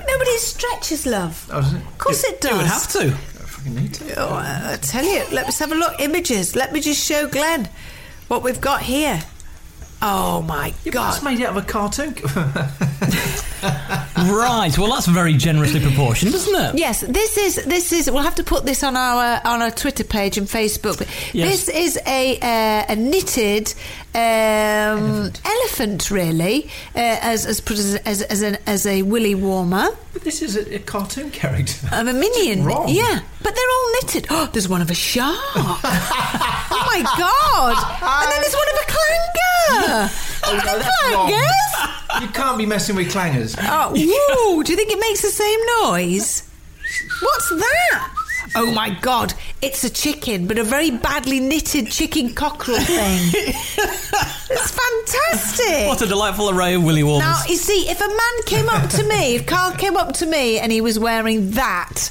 S3: Nobody stretches, love.
S7: made it.
S3: Of course it does.
S4: You would have to.
S3: Oh, I I tell you, let's have a look. Images. Let me just show Glenn what we've got here. Oh my god! It's
S7: made out of a cartoon.
S4: Right. Well, that's very generously proportioned, isn't it?
S3: Yes, this is this is. We'll have to put this on our on our Twitter page and Facebook.
S4: Yes.
S3: This is a uh, a knitted um, elephant. really, uh, as as put as as, as, an, as a willy warmer.
S7: But this is a, a cartoon character.
S3: Of a minion,
S7: wrong.
S3: yeah, but they're all knitted. Oh, there's one of a shark. oh my god! And then there's one of a clanker.
S7: Oh,
S3: Look
S7: no,
S3: at the
S7: that's wrong.
S3: clangers.
S7: You can't can't be messing with clangers.
S3: Oh, woo! Do you think it makes the same noise? What's that? Oh my god, it's a chicken, but a very badly knitted chicken cockerel thing. It's fantastic.
S4: What a delightful array of Willy Warmers.
S3: Now, you see, if a man came up to me, if Carl came up to me and he was wearing that,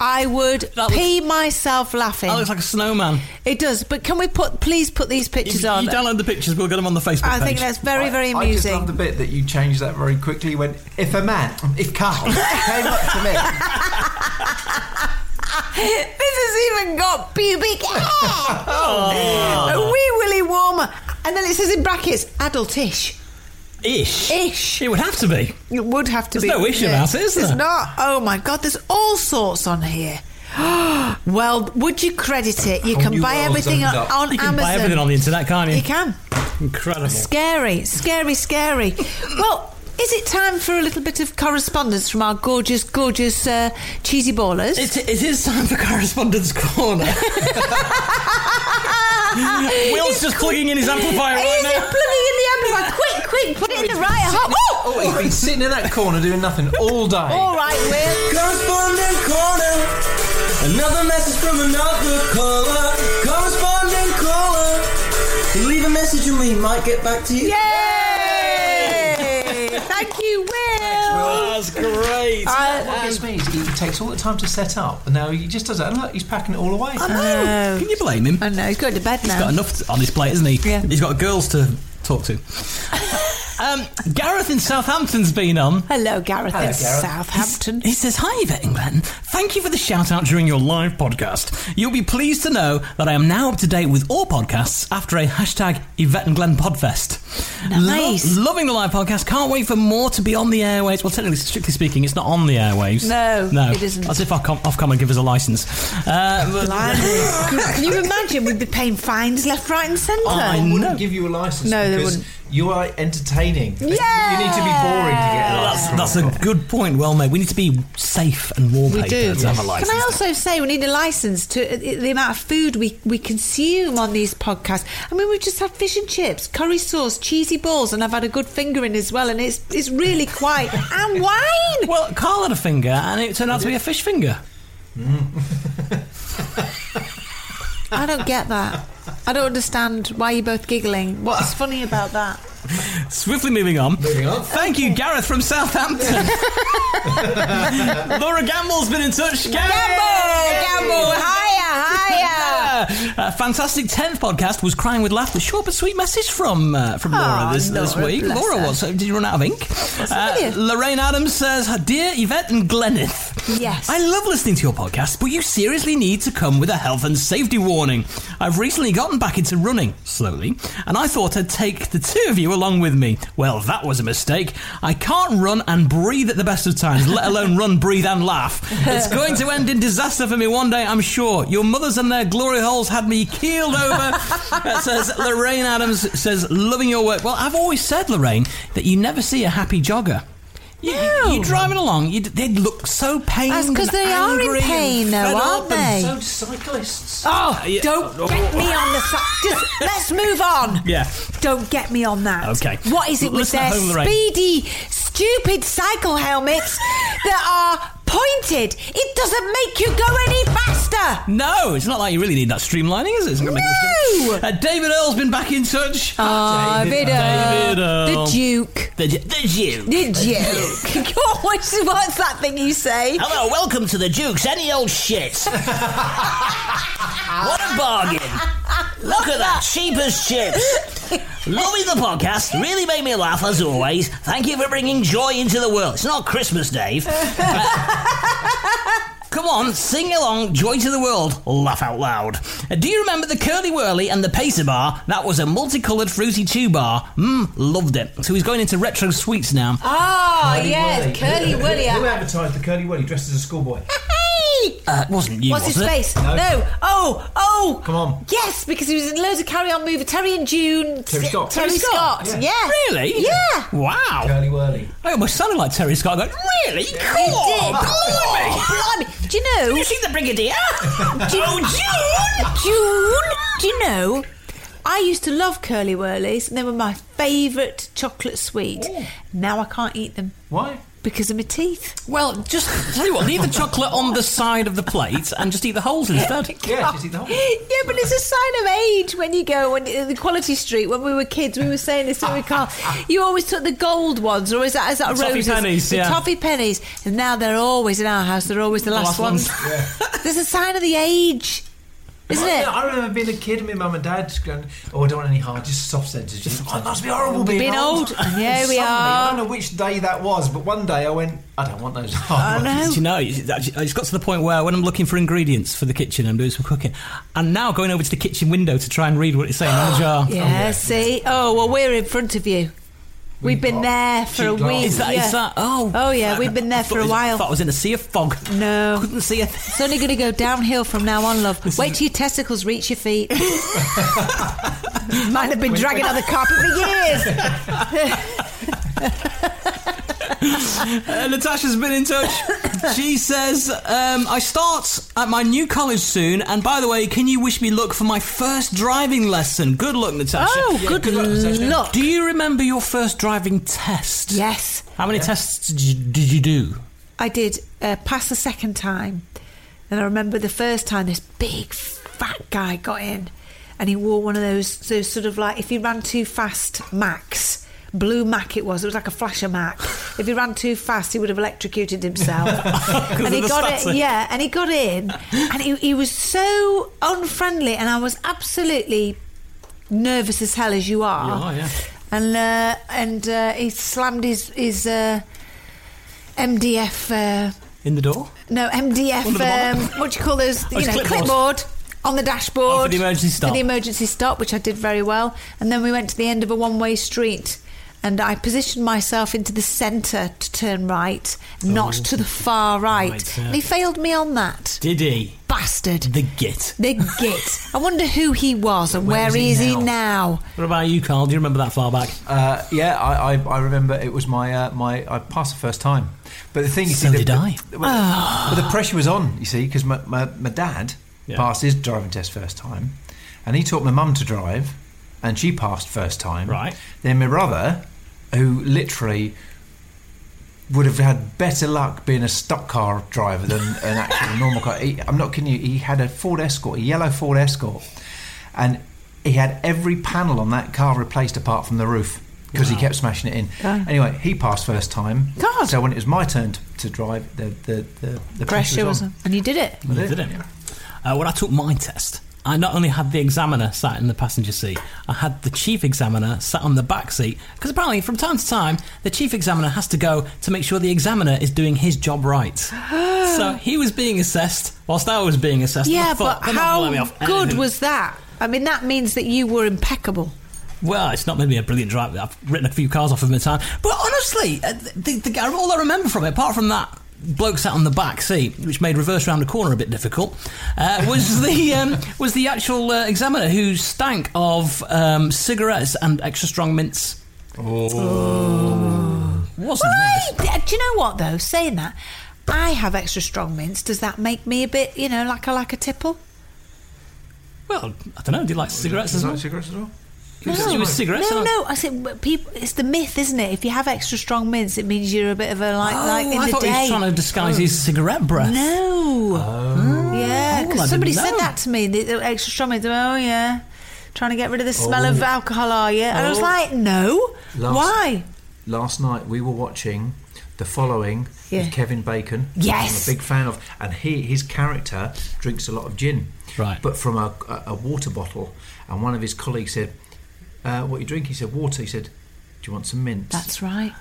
S3: I would pee myself laughing.
S4: that looks Oh, like a snowman.
S3: It does, but can we put, please put these pictures
S4: You,
S3: on?
S4: you download the pictures, we'll get them on the Facebook
S3: I
S4: page.
S3: think that's very, very
S7: I just love
S3: amusing.
S7: the bit that you changed that very quickly. You went, if a man, if Carl came up to me.
S3: this has even got pubic hair.
S4: Oh.
S3: A wee willy warmer. And then it says in brackets, adultish.
S4: Ish.
S3: Ish.
S4: It would have to be.
S3: It would have to
S4: There's
S3: be.
S4: no ish
S3: yeah.
S4: about it, is
S3: There's
S4: there?
S3: not. Oh my God, there's all sorts on here. well, would you credit it? You
S4: Whole
S3: can
S4: new
S3: buy
S4: world's
S3: everything on,
S4: opened up.
S3: on
S4: You can
S3: Amazon.
S4: buy everything on the internet, can't you?
S3: You can.
S4: Incredible.
S3: Scary, scary, scary. well, is it time for a little bit of correspondence from our gorgeous, gorgeous uh, cheesy ballers?
S4: It, it is time for correspondence corner. Will's just plugging in his amplifier right
S3: He's
S4: now.
S3: plugging in the amplifier. Quick, quick, put it in the right hole. Oh!
S7: Oh, he's been sitting in that corner doing nothing all day.
S3: All right, Will.
S12: Correspondent corner. Another message from another caller. Correspondent caller. Leave a message and we might get back to you.
S3: Yay! Thank you, Will.
S4: That's great.
S3: I-
S7: what gets me is he takes all the time to set up, and now he just does that. And look, he's packing it all away.
S3: know.
S4: Can you blame him?
S3: I know. He's going to bed
S4: He's
S3: now.
S4: got enough on his plate, isn't he?
S3: Yeah.
S4: He's got girls to talk to. um, Gareth in Southampton's been on.
S3: Hello, Gareth
S4: Hello,
S3: in
S4: Gareth.
S3: Southampton.
S4: He says, Hi, Yvette England. Thank you for the shout out during your live podcast. You'll be pleased to know that I am now up to date with all podcasts after a hashtag Yvette and Glenn Podfest.
S3: Nice.
S4: Lo- loving the live podcast. Can't wait for more to be on the airwaves. Well, technically, strictly speaking, it's not on the airwaves.
S3: No,
S4: No.
S3: it isn't.
S4: As if our com- Ofcom would give us a license. Uh, but-
S3: Blimey. Can you imagine we'd be paying fines left, right, and centre?
S7: I wouldn't give you a license.
S3: No, they
S7: because
S3: wouldn't.
S7: You are entertaining. You need to be boring to get a license.
S4: That's, that's a good point. Well made. We need to be safe and warm.
S3: We do.
S4: To have a license.
S3: Can I also say we need a license to uh, the amount of food we, we consume on these podcasts? I mean, we've just had fish and chips, curry sauce, cheesy balls, and I've had a good finger in as well, and it's it's really quite and wine.
S4: Well, Carl had a finger, and it turned out to be a fish finger.
S3: I don't get that. I don't understand why you're both giggling. What's funny about that?
S4: Swiftly moving on. Moving on. Thank you, Gareth from Southampton. Laura Gamble's been in touch. Gamble,
S3: Gamble, hiya,
S4: Uh, fantastic 10th podcast was crying with laughter. Short but sweet message from uh, from Laura
S3: Aw,
S4: this, this
S3: Laura,
S4: week.
S3: bless
S4: Laura
S3: her.
S4: was. Did you run out of ink? Uh,
S3: wrong with you?
S4: Lorraine Adams says, Dear Yvette and Glenith,
S3: Yes.
S4: I love listening to your podcast, but you seriously need to come with a health and safety warning. I've recently gotten back into running, slowly, and I thought I'd take the two of you along with me. Well, that was a mistake. I can't run and breathe at the best of times, let alone run, breathe, and laugh. It's going to end in disaster for me one day, I'm sure. Your mothers and their glory holes had me keeled over. That says Lorraine Adams says, loving your work. Well, I've always said, Lorraine, that you never see a happy jogger. You,
S3: No.
S4: You're driving along. You, they look so pained.
S3: That's 'cause
S4: and
S3: they are in
S4: angry and
S3: pain, though,
S4: fed
S3: aren't
S4: up and-
S3: they?
S4: Uh,
S7: do cyclists.
S3: Oh,
S4: yeah. oh.
S3: don't get me on the side. Just let's move on.
S4: Yeah.
S3: Don't get me on that.
S4: Okay.
S3: What is it with
S4: Listen
S3: their
S4: at home, Lorraine.
S3: speedy, stupid cycle helmets that are pointed? It doesn't make you go any faster.
S4: No, it's not like you really need that streamlining, is it? It's not gonna make a
S3: No.
S4: difference. Uh, David Earl's been back in touch.
S3: Ah, David Earl.
S4: David Earl.
S3: The Duke.
S4: The, Ju- the Duke.
S3: The Duke. God, what's, what's that thing you say?
S4: Hello, welcome to the Duke's any old shit. what a bargain. Look at that, cheap as chips. Loving the podcast, really made me laugh as always. Thank you for bringing joy into the world. It's not Christmas, Dave. Uh, Come on, sing along, Joy to the World, laugh out loud. Uh, Do you remember the Curly Whirly and the Pacer Bar? That was a multicoloured fruity chew bar. Mmm, loved it. So he's going into retro sweets now. Uh,
S3: Oh, yes, Curly Willy.
S7: Who advertised the Curly Willy dressed as a schoolboy?
S3: Hey!
S4: Uh, it wasn't you,
S3: What's
S4: was
S3: his
S4: it?
S3: face? No. Oh, oh.
S7: Come on.
S3: Yes, because he was in loads of Carry On Mover, Terry and June.
S7: Terry Scott.
S3: Terry
S7: Terry
S3: Scott.
S7: Scott,
S3: Yeah.
S7: yeah.
S4: Really?
S3: Yeah.
S4: Wow.
S7: Curly Whirly.
S4: I almost sounded like Terry Scott going, really?
S3: You
S4: Cool.
S3: did.
S4: Blimey.
S3: Blimey. Do you know?
S4: You see the Brigadier?
S3: Do you, June! June! Do you know? I used to love curly whirlies, and they were my favourite chocolate sweet. Now I can't eat them.
S7: Why?
S3: Because of my teeth.
S4: Well, just tell you what, leave the chocolate on the side of the plate and just eat the holes instead.
S7: Yeah, just eat the holes.
S3: Yeah, but it's a sign of age when you go on uh, the Quality Street. When we were kids, we were saying this to Carl. You always took the gold ones, or is that is that
S4: Toffee
S3: roses?
S4: pennies,
S3: the
S4: yeah.
S3: toffee pennies, and now they're always in our house. They're always the, last, ones. There's a sign of the age, isn't
S7: I,
S3: it?
S7: I remember being a kid and my mum and dad just going, "Oh, I don't want any hard, just soft sentences." Just, oh, it must be horrible being,
S3: Being old. Yeah,
S7: And
S3: we
S7: suddenly, I
S3: are.
S7: don't know which day that was, but one day I went, "I don't want those hard ones."
S4: Do you know, it's actually- it's got to the point where when I'm looking for ingredients for the kitchen, I'm doing some cooking. And now going over to the kitchen window to try and read what it's saying on the jar.
S3: Yeah, see? Oh, well, we're in front of you. We've been there for a
S4: Cheap glass.
S3: week.
S4: Is that- is
S3: yeah.
S4: that- oh.
S3: Oh, yeah, we've been there for a while.
S4: I thought I was in a sea of fog.
S3: No.
S4: Couldn't see it.
S3: It's only going to go downhill from now on, love. Wait till your testicles reach your feet. Mine have been dragging on the carpet for years.
S4: Uh, Natasha's been in touch. she says, um, I start at my new college soon. And by the way, can you wish me luck for my first driving lesson? Good luck, Natasha.
S3: Oh, Yeah, good good luck, Natasha. luck.
S4: Do you remember your first driving test?
S3: yes,
S4: How many tests did you, did you do?
S3: I did uh, pass the second time. And I remember the first time this big fat guy got in and he wore one of those, those sort of like, if you ran too fast, Max. Blue Mac it was. It was like a flasher Mac. If he ran too fast, he would have electrocuted himself. and he
S6: of the
S3: got
S6: static.
S3: it. Yeah, and he got in, and he, he was so unfriendly, and I was absolutely nervous as hell as you are.
S6: You are, yeah.
S3: And uh, and uh, he slammed his his uh, MDF. Uh,
S4: In the door?
S3: no,
S4: Under
S3: MDF.
S4: the bonnet?
S3: Um, what do you call those?
S4: Oh,
S3: you
S4: it's
S3: know,
S4: clipboard.
S3: clipboard. on the dashboard.
S4: Oh, for the emergency stop.
S3: For the emergency stop, which I did very well. And then we went to the end of a one-way street, and I positioned myself into the centre to turn right, not to the far right.
S4: Oh. Right, yeah.
S3: And he failed me on that.
S4: Did he?
S3: Bastard.
S4: The git.
S3: The git. I wonder who he was and where is he now?
S4: What about you, Carl? Do you remember that far back?
S3: Um,
S7: Uh, yeah, I, I, I remember it was my uh, my I passed the first time, but the thing is,
S4: So
S7: the,
S4: did
S7: the-
S4: I.
S7: well,
S4: Ah.
S7: but the pressure was on, you see, because my, my, my dad
S4: Yeah.
S7: passed his driving test first time, and he taught my mum to drive, and she passed first time. Right. Then my brother, who literally would have had better luck being a stock car driver than an actual normal car. He, I'm not kidding you. He had a Ford Escort, a yellow Ford Escort, and he had every panel on that car replaced apart from the roof because he kept smashing it in.
S3: Oh.
S7: Anyway, he passed first time.
S3: God.
S7: So when it was my turn to, to drive, the the the, the
S3: Pressure was on. And you did it.
S4: You did it. Uh, when I took my test, I not only had the examiner sat in the passenger seat, I had the chief examiner sat on the back seat. Because apparently, from time to time, the chief examiner has to go to make sure the examiner is doing his job right. so he was being assessed whilst I was being assessed. and I
S3: Yeah,
S4: thought,
S3: but
S4: "They're not gonna let me
S3: how
S4: off
S3: good
S4: anything."
S3: was that? I mean, that means that you were impeccable.
S4: Well, it's not made me a brilliant driver. I've written a few cars off of my time. But honestly, uh, the, the, the, all I remember from it, apart from that bloke sat on the back seat, which made reverse round a corner a bit difficult, uh, was the um, was the actual uh, examiner who stank of um, cigarettes and extra strong mints. Oh. Wasn't
S3: Right. Do you know what though? Saying that, I have extra strong mints. Does that make me a bit, you know, like a like a tipple?
S4: Well, I don't know. Do you like cigarettes as well?
S7: cigarettes as well?
S4: It was, it was cigarettes.
S3: No,
S4: and I-
S3: no. I said but people. It's the myth, isn't it? If you have extra strong mints, it means you're a bit of a like
S4: Oh,
S3: like in
S4: I
S3: the
S4: thought
S3: day. Oh.
S4: he was trying to disguise his cigarette breath.
S3: No.
S4: Oh,
S3: Yeah,
S4: I didn't
S3: because somebody said
S4: know.
S3: that to me. The, the extra strong mints. Oh yeah, trying to get rid of the smell
S7: Oh.
S3: of alcohol, are you? And I was
S7: Oh.
S3: like, no.
S7: Last-
S3: Why?
S7: Last night we were watching The Following
S3: Yeah.
S7: with Kevin Bacon. which
S3: Yes.
S7: I'm a big fan of, and he his character drinks a lot of gin, right? But from a, a, a water bottle. And one of his colleagues said, uh, "What you drink?" He said, "Water." He said, "Do you want some mints?"
S3: That's right.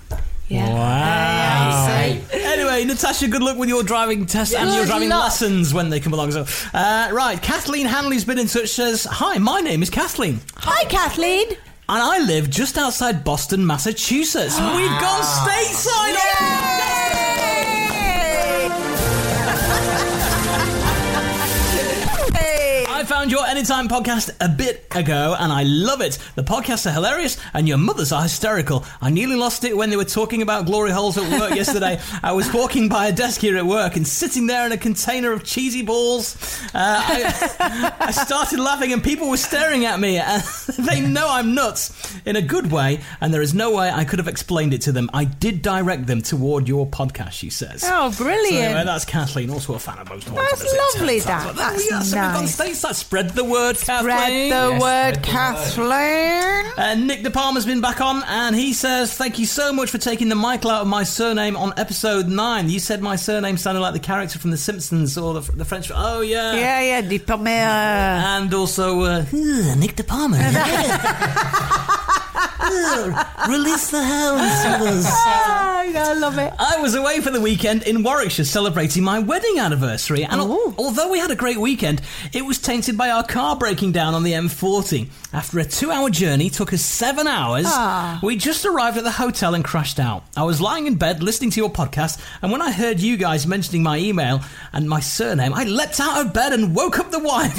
S3: Yeah.
S4: Wow.
S3: Yeah, you see.
S4: Anyway, Natasha, good luck with your driving tests and your
S3: Good
S4: driving
S3: luck.
S4: lessons when they come along. So, uh, right, Kathleen Hanley's been in touch. Says, "Hi, my name is Kathleen,
S3: Hi, Kathleen.
S4: and I live just outside Boston, Massachusetts. We've gone stateside. I found your Anytime podcast a bit ago, and I love it. The podcasts are hilarious, and your mothers are hysterical. I nearly lost it when they were talking about glory holes at work yesterday. I was walking by a desk here at work and sitting there in a container of cheesy balls. Uh, I, I started laughing, and people were staring at me, and they know I'm nuts in a good way, and there is no way I could have explained it to them. I did direct them toward your podcast, she says.
S3: Oh, brilliant.
S4: So anyway, that's Kathleen, also a fan of most Wanted,
S3: That's
S4: as it
S3: lovely,
S4: turns
S3: that.
S4: out.
S3: That's
S4: yeah, something on
S3: nice.
S4: stage, that spread the word,
S3: Read
S4: Kathleen.
S3: the word, Kathleen.
S4: Uh, Nick De Palma's been back on, and he says, "Thank you so much for taking the Michael out of my surname on episode nine. You said my surname sounded like the character from The Simpsons or the, the French. Oh yeah,
S3: Yeah, yeah, De Palma.
S4: And also uh, Nick De Palma. Release the hounds, mothers.
S3: Oh. I love it.
S4: I was away for the weekend in Warwickshire celebrating my wedding anniversary, and al- although we had a great weekend, it was tainted by our car breaking down on the M40. After a two-hour journey, took us seven hours.
S3: Ah.
S4: We just arrived at the hotel and crashed out. I was lying in bed listening to your podcast, and when I heard you guys mentioning my email and my surname, I leapt out of bed and woke up the wife.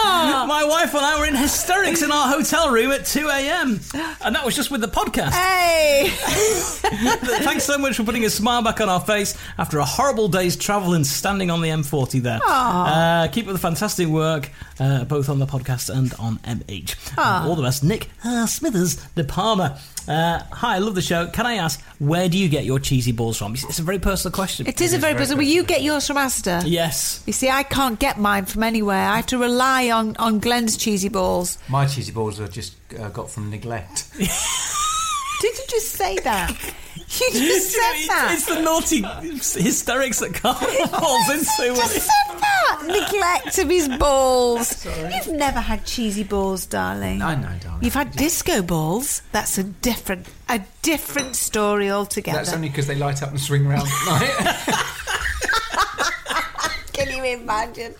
S4: my wife and I were in hysterics in our hotel room at 2 a.m., and that was just with the podcast.
S3: Hey!
S4: Thanks so much for putting a smile back on our face after a horrible day's travel and standing on the M40 there.
S3: Aw.
S4: Uh, keep up the fantastic work, uh, both on the podcast and on MH.
S3: Aw.
S4: Uh, all the best, Nick uh, Smithers De Palma. Uh, hi, I love the show. Can I ask, where do you get your cheesy balls from? It's a very personal question.
S3: It is a very bizarre. Will you get yours from Asda?
S4: Yes.
S3: You see, I can't get mine from anywhere. I have to rely on, on Glenn's cheesy balls.
S7: My cheesy balls are just uh, got from neglect.
S3: Did you just say that? You just said that.
S4: It's the naughty hysterics that Carl falls into.
S3: Just said that. Neglect of his balls. You've never had cheesy balls, darling. I
S7: know, darling.
S3: You've had disco balls. That's a different, a different story altogether.
S7: That's only because they light up and swing around at night.
S3: Can you imagine?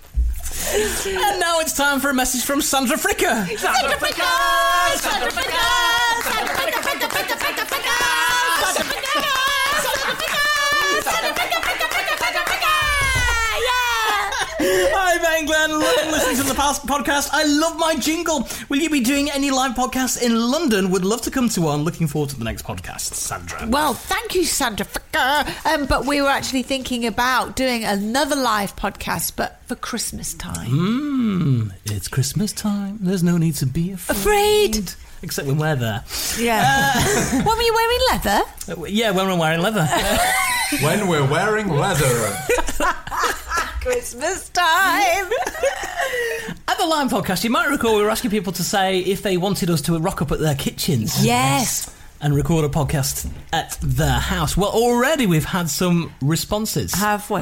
S4: And now it's time for a message from Sandra Fricker.
S6: Sandra Fricker! Sandra Fricker! Sandra Fricker, Fricker, Fricker, Fricker, Fricker! Sandra Fricker! Sandra Fricker! Sandra Fricker, Fricker, Fricker, Fricker, Fricker! Yeah!
S4: Hi, Ben Glenn. Love listening to the past podcast. I love my jingle. Will you be doing any live podcasts in London? Would love to come to one. Looking forward to the next podcast, Sandra.
S3: Well, thank you, Sandra. Fricker. Um, but we were actually thinking about doing another live podcast, but for Christmas time.
S4: Mmm, it's Christmas time. There's no need to be afraid.
S3: Afraid?
S4: Except when we're there.
S3: Yeah. what were you wearing? Leather?
S4: Uh, w- yeah, when we're wearing leather.
S7: when we're wearing leather.
S3: Christmas time.
S4: At the Lime podcast, you might recall we were asking people to say if they wanted us to rock up at their kitchens.
S3: Yes.
S4: And record a podcast at their house. Well, already we've had some responses.
S3: Have we?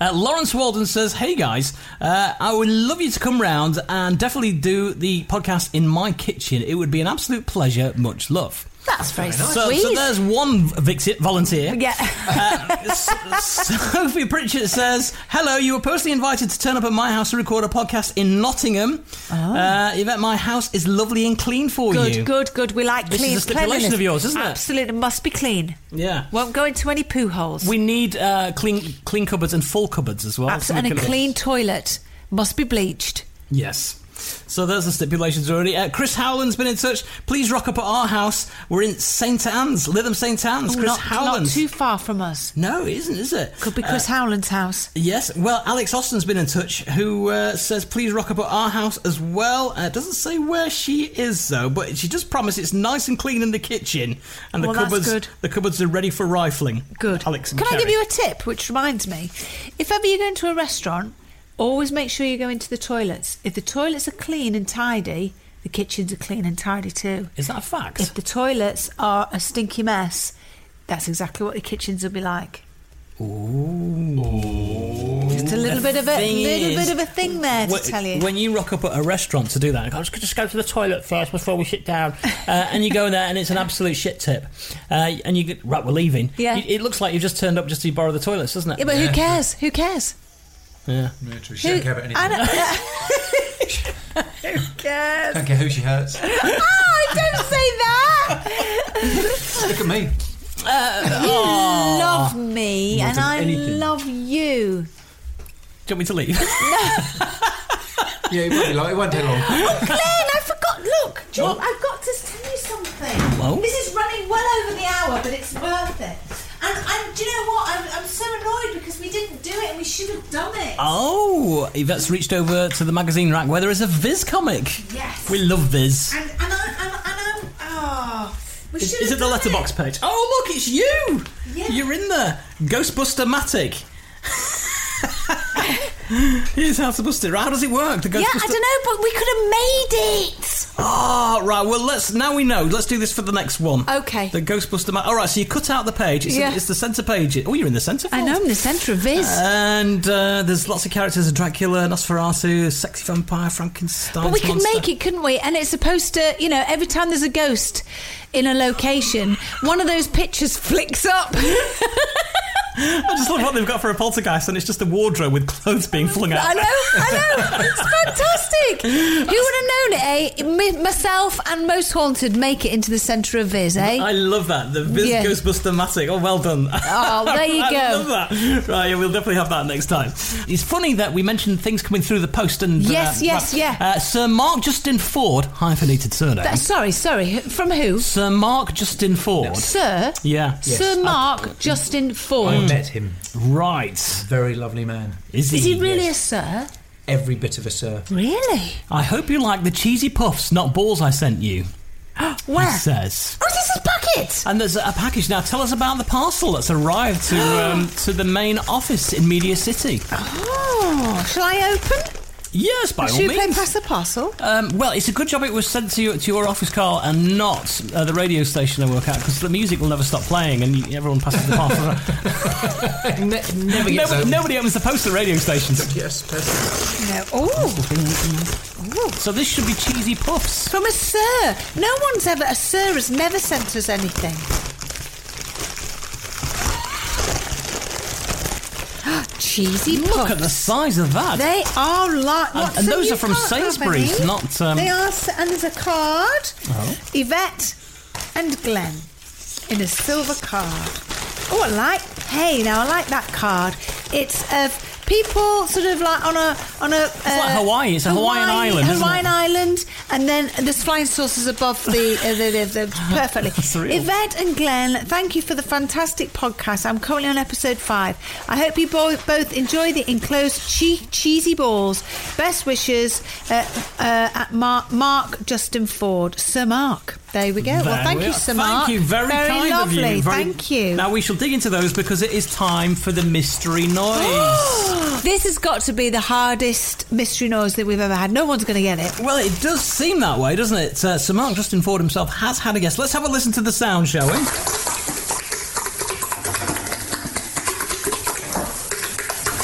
S4: Uh, Lawrence Walden says, Hey guys, uh, I would love you to come round and definitely do the podcast in my kitchen. It would be an absolute pleasure. Much love.
S3: That's very
S4: So,
S3: Oh, sweet.
S4: so there's one Vixit volunteer. Uh,
S3: Yeah.
S4: Sophie Pritchett says, Hello, you were personally invited to turn up at my house to record a podcast in Nottingham. Uh, Yvette, my house is lovely and clean for
S3: Oh. good,
S4: you.
S3: good, good. We like
S4: This is
S3: clean
S4: a stipulation
S3: cleanliness.
S4: of yours, isn't it?
S3: Absolutely. It must be clean.
S4: Yeah.
S3: Won't go into any poo holes.
S4: We need uh, clean clean cupboards and full cupboards as well.
S3: Abs-
S4: So we
S3: and a
S4: can-
S3: clean toilet. Must be bleached.
S4: Yes. So those are stipulations already. Uh, Chris Howland's been in touch. Please rock up at our house. We're in St Anne's, Lytham St Anne's.
S3: Oh,
S4: Chris
S3: not, not
S4: Howland's.
S3: too far from us.
S4: No, it isn't, is it?
S3: Could be Chris
S4: Uh,
S3: Howland's house.
S4: Yes, well, Alex Austin's been in touch, who uh, says please rock up at our house as well. Uh, doesn't say where she is though, but she does promise it's nice and clean in the kitchen, and
S3: Well,
S4: the
S3: that's
S4: cupboards
S3: good.
S4: the cupboards are ready for rifling.
S3: Good.
S4: Alex. And
S3: Can I
S4: Kerry.
S3: give you a tip, which reminds me? If ever you go into a restaurant, always make sure you go into the toilets. If the toilets are clean and tidy, the kitchens are clean and tidy too.
S4: Is that a fact?
S3: If the toilets are a stinky mess, that's exactly what the kitchens will be like.
S4: Ooh.
S3: Just a little
S4: The
S3: bit of a
S4: thing
S3: little
S4: is-
S3: bit of a thing there to
S4: Wh-
S3: tell you.
S4: When you rock up at a restaurant to do that, I just, just go to the toilet first before we sit down. Uh, and you go there, and it's an absolute shit tip. Uh, and you get, right, we're leaving.
S3: Yeah.
S4: You- it looks like you've just turned up just to borrow the toilets, doesn't it?
S3: yeah, but who cares? Who cares?
S4: Yeah.
S7: She don't care about anything.
S3: I don't- who cares?
S7: Don't care who she hurts.
S3: oh, don't say that.
S7: Look at me.
S3: you
S7: Aw.
S3: love me,
S7: More
S3: and
S7: than
S3: I
S7: anything.
S3: love you.
S4: Do you want me to leave?
S7: Yeah, it won't, be long. It won't take long.
S3: Oh, Glenn, I forgot. Look, do you- I've got to tell you something.
S7: Hello?
S3: This is running well over the hour, but it's worth it. And, and do you know what? I'm, I'm so annoyed because we didn't do it and we should have done it.
S4: Oh, Yvette's reached over to the magazine rack where there is a Viz comic.
S3: Yes.
S4: We love Viz.
S3: And, and, I, and, and I'm. Oh. We
S4: Is,
S3: should
S4: is
S3: have
S4: it the
S3: done
S4: letterbox page? Oh, look, it's you!
S3: Yeah.
S4: You're in there. Ghostbuster Matic. Here's how to bust it. Right, How does it work? The
S6: Yeah, I
S4: Ghostbuster-
S6: don't know, but we could have made it.
S4: Ah, right. Well, let's now we know. Let's do this for the next one.
S3: Okay.
S4: The Ghostbuster. Ma- All right. So you cut out the page. It's,
S3: Yeah.
S4: it's the centre page. Oh, you're in the centre.
S3: I know, I'm the centre of Viz.
S4: And uh, there's lots of characters: a Dracula, Nosferatu, a sexy vampire, Frankenstein.
S13: But we could make it, couldn't we? And it's supposed to, you know, every time there's a ghost in a location, one of those pictures flicks up.
S4: I just love what they've got for a poltergeist, and it's just a wardrobe with clothes being flung out.
S13: I know, I know. It's fantastic. Who would have known it, eh? Me- myself and Most Haunted make it into the centre of Viz, eh?
S4: I love that. The Viz
S13: Yeah.
S4: Ghostbuster Matic. Oh, well done.
S13: Oh, there you
S4: I
S13: go.
S4: love that. Right, yeah, we'll definitely have that next time. It's funny that we mentioned things coming through the post and.
S13: Yes, yes, yeah.
S4: Uh, Sir Mark Justin Ford, hyphenated surname.
S13: That- sorry, sorry. From who?
S4: Sir Mark Justin Ford.
S13: Sir?
S4: Yeah.
S13: Sir Mark
S4: Oh,
S13: Justin Ford.
S7: I met him.
S4: Right.
S7: Very lovely man.
S13: Is he really a sir?
S7: Every bit of a sir.
S13: Really?
S4: I hope you like the cheesy puffs, not balls I sent you.
S3: Oh,
S13: Where?
S4: He says.
S13: Oh, this is packet.
S4: And there's a package now. Tell us about the parcel that's arrived to um, to the main office in Media City.
S3: Oh, shall I open?
S4: Yes, by all
S3: Should we play
S4: means.
S3: Press the Parcel?
S4: Um, well, it's a good job it was sent to you to your office, Carl, and not uh, the radio station I work at because the music will never stop playing, and you, everyone passes the parcel. around.
S7: never gets
S4: nobody,
S7: opened.
S4: nobody opens the post at radio stations.
S7: Yes,
S3: No. Oh.
S4: So this should be cheesy puffs.
S3: From a sir. No one's ever. A sir has never sent us anything. Cheesy
S4: Look
S3: puffs.
S4: at the size of that.
S3: They are like.
S4: And- and those are from Sainsbury's, not, um,
S3: They are. s- And there's a card.
S4: Oh.
S3: Yvette and Glenn in a silver card. Oh, I like. Hey, now I like that card. It's of people sort of like on a on a. It's
S4: like Hawaii, it's a Hawaiian island, isn't
S3: Hawaiian
S4: it?
S3: island, and then there's flying saucers above the uh, the, the, the perfectly.
S4: real.
S3: Yvette and Glenn, thank you for the fantastic podcast. I'm currently on episode five. I hope you bo- both enjoy the enclosed che- cheesy balls. Best wishes uh, uh, at Mar- Mark Justin Ford, Sir Mark. There we go. well,
S4: There
S3: thank
S4: we
S3: you,
S4: are.
S3: Sir
S4: Thank
S3: Mark.
S4: you, very, kind
S3: lovely.
S4: of you. Very-
S3: Thank you.
S4: Now we shall dig into those because it is time for the mystery noise.
S3: this has got to be the hardest mystery noise that we've ever had. No one's going to get it.
S4: well, it does seem that way, doesn't it? Uh, Sir Mark Justin Ford himself has had a guess. Let's have a listen to the sound, shall we?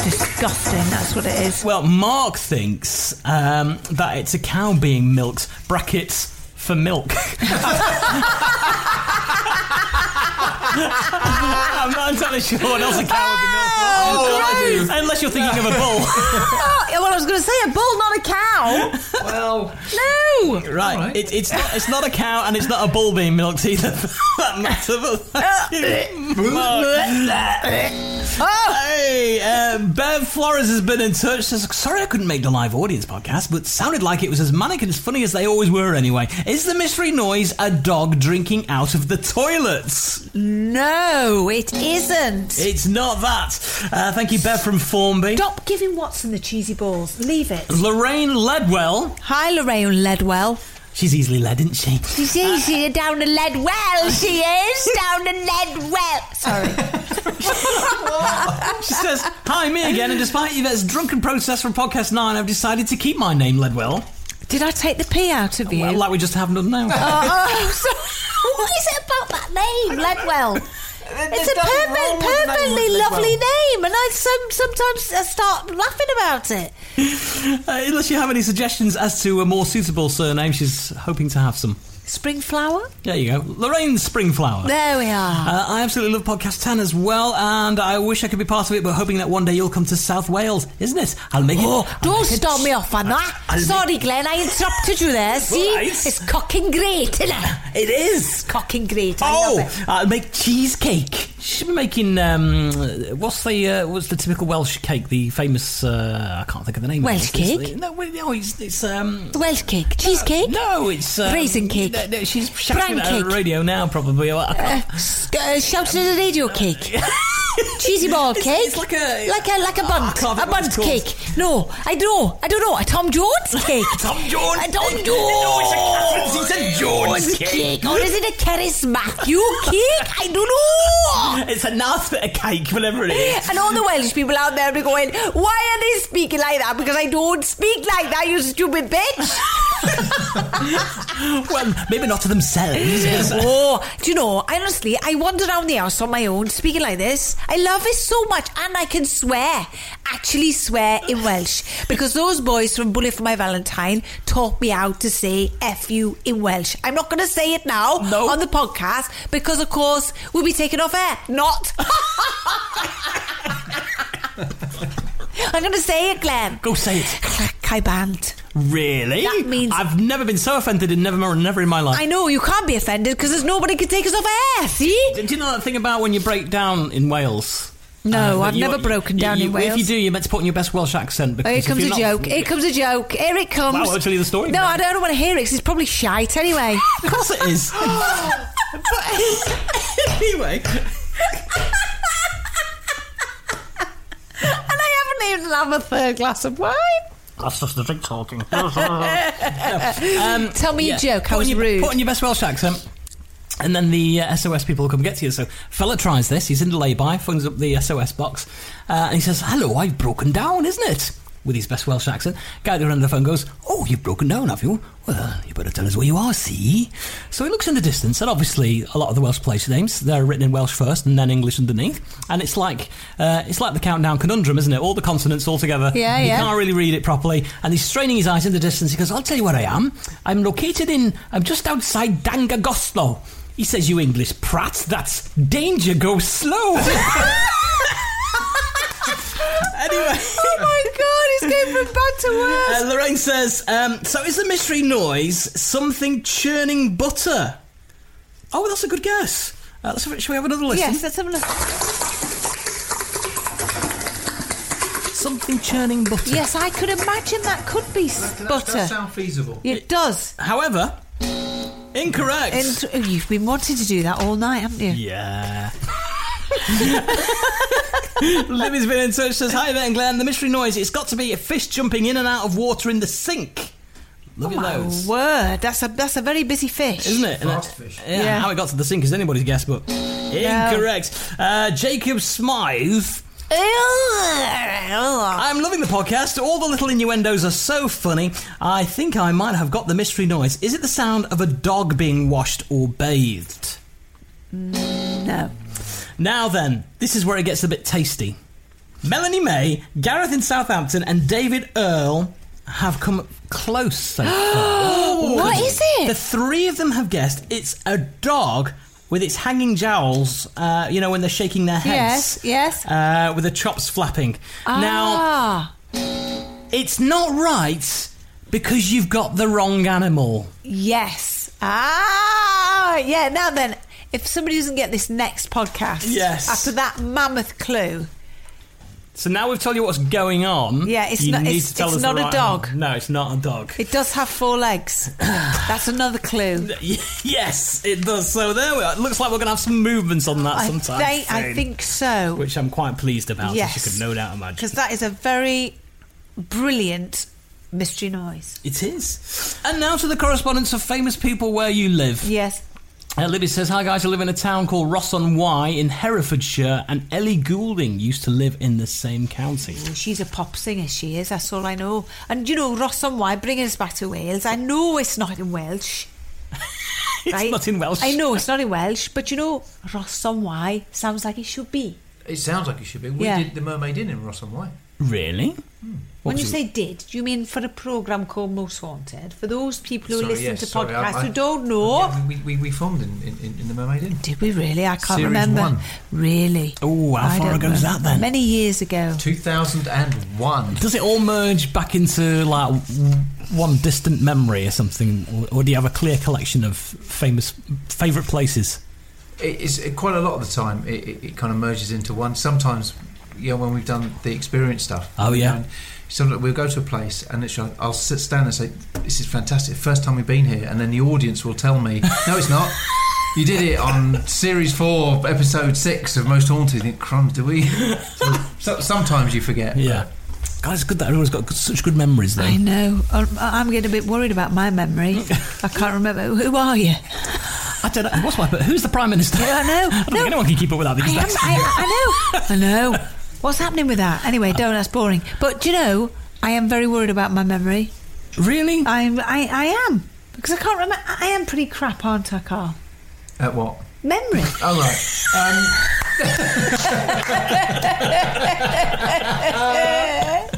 S3: Disgusting. That's what it is.
S4: Well, Mark thinks um, that it's a cow being milked. Brackets for milk. I'm not entirely sure what else a cow would be milked.
S3: Oh, gross.
S4: Unless you're thinking of a bull.
S3: Oh, yeah, well, I was going to say a bull, not a cow.
S4: Well,
S3: No.
S4: right. It, it's not, it's not a cow and it's not a bull being milked either. for that matter. But thank you, Mark. Hey, uh, Bev Flores has been in touch. Says, sorry I couldn't make the live audience podcast, but sounded like it was as manic and as funny as they always were anyway. Is the mystery noise a dog drinking out of the toilets?
S3: No, it isn't.
S4: It's not that. Uh, thank you, Bev from Formby.
S3: Stop giving Watson the cheesy balls. Leave it.
S4: Lorraine Ledwell.
S3: Hi, Lorraine Ledwell.
S4: She's easily led, isn't she?
S13: She's easy down the lead well, she is down the lead well. Sorry.
S4: She says, Hi, me again, and despite Yvette's drunken protest from Podcast 9, I've decided to keep my name Ledwell.
S3: Did I take the pee out of you?
S4: Well, like we just haven't done now.
S3: Uh-uh.
S13: oh, sorry. What is it about that name, Ledwell? It's a
S6: nothing
S13: perfect,
S6: wrong with the name
S13: perfectly
S6: Ledwell.
S13: lovely name, and I some, sometimes I start laughing about it.
S4: Uh, unless you have any suggestions as to a more suitable surname, she's hoping to have some.
S3: Springflower?
S4: There you go. Lorraine Springflower.
S13: There we are.
S4: Uh, I absolutely love Podcast 10 as well, and I wish I could be part of it, but hoping that one day you'll come to South Wales, isn't it? I'll make it.
S13: Oh, don't stop me off on that. Sorry, Glenn, I interrupted you there. See,
S4: Right.
S13: it's cocking great, isn't it?
S4: It is.
S13: It's cocking great. I love
S4: Oh,
S13: it.
S4: I'll make cheesecake. She's been making um, what's the uh, what's the typical Welsh cake? The famous uh, I can't think of the name.
S3: Welsh
S4: of it. It's-
S3: cake?
S4: No, well, no, it's, it's um.
S3: Welsh cake, cheesecake.
S4: No, it's um,
S3: raisin cake.
S4: No, no, she's shouting
S3: bran
S4: it at
S3: cake.
S4: the radio now, probably. I
S3: Uh,
S4: can't-
S3: s- uh, shouted at a radio cake. Uh, Cheesy ball cake. It's, like a like a like a bun. a bun cake. No, I don't. I don't know. A Tom Jones cake. Tom Jones. A Tom Jones.
S14: No,
S4: it's a Catherine Zeta Jones
S3: It's a
S4: cake.
S3: Or is it a Keris Matthew cake? I don't know.
S4: It's a nice bit of cake, whatever it is.
S3: And all the Welsh people out there be going, why are they speaking like that? Because I don't speak like that, you stupid bitch.
S4: well, maybe not to themselves.
S3: oh, do you know, honestly, I wander around the house on my own speaking like this. I love it so much and I can swear, actually swear in Welsh because those boys from Bullet for My Valentine taught me how to say F you in Welsh. I'm not going to say it now on the podcast because, of course, we'll be taken off air. Not. I'm going to say it, Glenn.
S4: Go say it.
S3: Kai Band.
S4: Really? That means I've never been so offended in never, never in my life.
S3: I know you can't be offended because there's nobody could take us off air. See?
S4: Do you know that thing about when you break down in Wales?
S3: No,
S4: Uh,
S3: I've
S4: you-
S3: never
S4: you-
S3: broken
S4: you-
S3: down
S4: you-
S3: in Wales.
S4: If you do, you're meant to put on your best Welsh accent.
S3: Oh,
S4: Because
S3: here
S4: if
S3: comes a
S4: you're not-
S3: joke. Here comes a joke. Here it comes.
S4: Wow, I'll tell you the story
S3: No,
S4: now.
S3: I don't want to hear it 'cause it's probably shite anyway.
S4: of course it is. anyway,
S3: and I haven't even had a third glass of wine.
S4: that's just the drink talking.
S3: Um, Tell me a joke. How
S4: put on
S3: was
S4: your,
S3: rude.
S4: Put on your best Welsh accent. And then the uh, SOS people will come get to you. So, fella tries this. He's in the lay-by, phones up the SOS box, uh, and he says, "Hello, I've broken down, isn't it?" With his best Welsh accent. Guy at the other end of the phone goes, "Oh, you've broken down, have you? Well, you better tell us where you are, see." So he looks in the distance, and obviously, a lot of the Welsh place names they're written in Welsh first and then English underneath. And it's like uh, it's like the countdown conundrum, isn't it? All the consonants all together.
S3: Yeah,
S4: you
S3: yeah.
S4: can't really read it properly. And he's straining his eyes in the distance. He goes, I'll tell you where I am. I'm located in, I'm just outside Dangagoslo. He says, You English prat, that's danger, go slow. anyway.
S3: Oh my god, he's going from bad to worse.
S4: Uh, Lorraine says, um, So is the mystery noise something churning butter? Oh, that's a good guess. Uh, let's have, shall we have another listen?
S3: Yes, let's have a look.
S4: Something churning butter.
S3: Yes, I could imagine that could be s- butter.
S4: feasible.
S3: It does.
S4: However, incorrect.
S3: And oh, you've been wanting to do that all night, haven't you?
S4: Yeah. Libby's been in touch. Says hi, Ben Glenn. The mystery noise. It's got to be a fish jumping in and out of water in the sink. Look
S3: Oh
S4: at
S3: my
S4: those,
S3: word, that's a that's a very busy fish,
S4: isn't it? And that- Yeah,
S3: Yeah.
S4: How it got to the sink is anybody's guess, but incorrect. Uh, Jacob Smythe. I'm loving the podcast. All the little innuendos are so funny. I think I might have got the mystery noise. Is it the sound of a dog being washed or bathed?
S3: No.
S4: Now then, this is where it gets a bit tasty. Melanie May, Gareth in Southampton, and David Earl have come close so far.
S14: What is
S4: it? The three of them have guessed it's a dog with its hanging jowls, uh, you know, when they're shaking their heads.
S3: Yes, yes.
S4: Uh, with the chops flapping.
S3: Ah.
S4: Now, it's not right because you've got the wrong animal.
S3: Yes. Ah, yeah. Now then, if somebody doesn't get this next podcast,
S4: Yes.
S3: after that mammoth clue,
S4: So now we've told you what's going on.
S3: Yeah, it's
S4: you
S3: not-
S4: Need
S3: it's-
S4: to tell
S3: it's
S4: us the
S3: not a
S4: right
S3: dog.
S4: animal. No, it's not a dog.
S3: it does have four legs. That's another clue.
S4: Yes, it does. So there we are. It looks like we're going to have some movements on that
S3: I,
S4: sometime.
S3: think- I
S4: soon,
S3: think so.
S4: Which I'm quite pleased about,
S3: Yes.
S4: as you could no doubt imagine.
S3: Because that is a very brilliant mystery noise.
S4: It is. And now to the correspondence of famous people where you live.
S3: Yes.
S4: Uh, Libby says, Hi guys, I live in a town called Ross on Wye in Herefordshire, and Ellie Goulding used to live in the same county.
S3: She's a pop singer, she is, that's all I know. And you know, Ross on Wye bringing us back to Wales. I know it's not in Welsh.
S4: it's not in Welsh.
S3: I know it's not in Welsh, but you know, Ross on Wye sounds like it should be.
S7: It sounds like it should be. We
S3: Yeah.
S7: did the Mermaid Inn in Ross and Wye.
S4: Really?
S3: When you say did, do you mean for a programme called Most Haunted? For those people who
S7: Sorry,
S3: listen
S7: yes,
S3: to
S7: sorry, I-
S3: podcasts
S7: I-
S3: who don't know.
S7: Yeah, we, we, we filmed in, in, in the Mermaid Inn.
S3: Did we really? I can't
S7: Series
S3: remember.
S7: One.
S3: Really?
S4: Oh, how
S3: I
S4: far
S3: don't
S4: ago was
S3: remember.
S4: that then?
S3: Many years ago.
S7: 2001.
S4: Does it all merge back into like w- one distant memory or something, or, or do you have a clear collection of famous favourite places?
S7: it is it, quite a lot of the time. It, it, it kind of merges into one. Sometimes, you know, when we've done the experience stuff.
S4: Oh, yeah.
S7: And sometimes we'll go to a place and it's like, I'll sit down and say, "This is fantastic. First time we've been here," and then the audience will tell me, "No, it's not." You did it on series four, episode six of Most Haunted. You think, crumbs, do we? So- so, sometimes you forget.
S4: Yeah. God, it's good that everyone's got such good memories, though.
S3: I know. I'm- I'm getting a bit worried about my memory. I can't remember. Who are you?
S4: I don't know. What's my? Who's the prime minister?
S3: Yeah, I know.
S4: I don't think anyone can keep up with that
S3: I,
S4: these
S3: am,
S4: days.
S3: I, I know. I know. What's happening with that? Anyway, don't. That's boring. But do you know, I am very worried about my memory.
S4: Really?
S3: I'm. I, I am because I can't remember. I am pretty crap, aren't I, Carl?
S7: At what?
S3: Memory.
S7: All right. Um,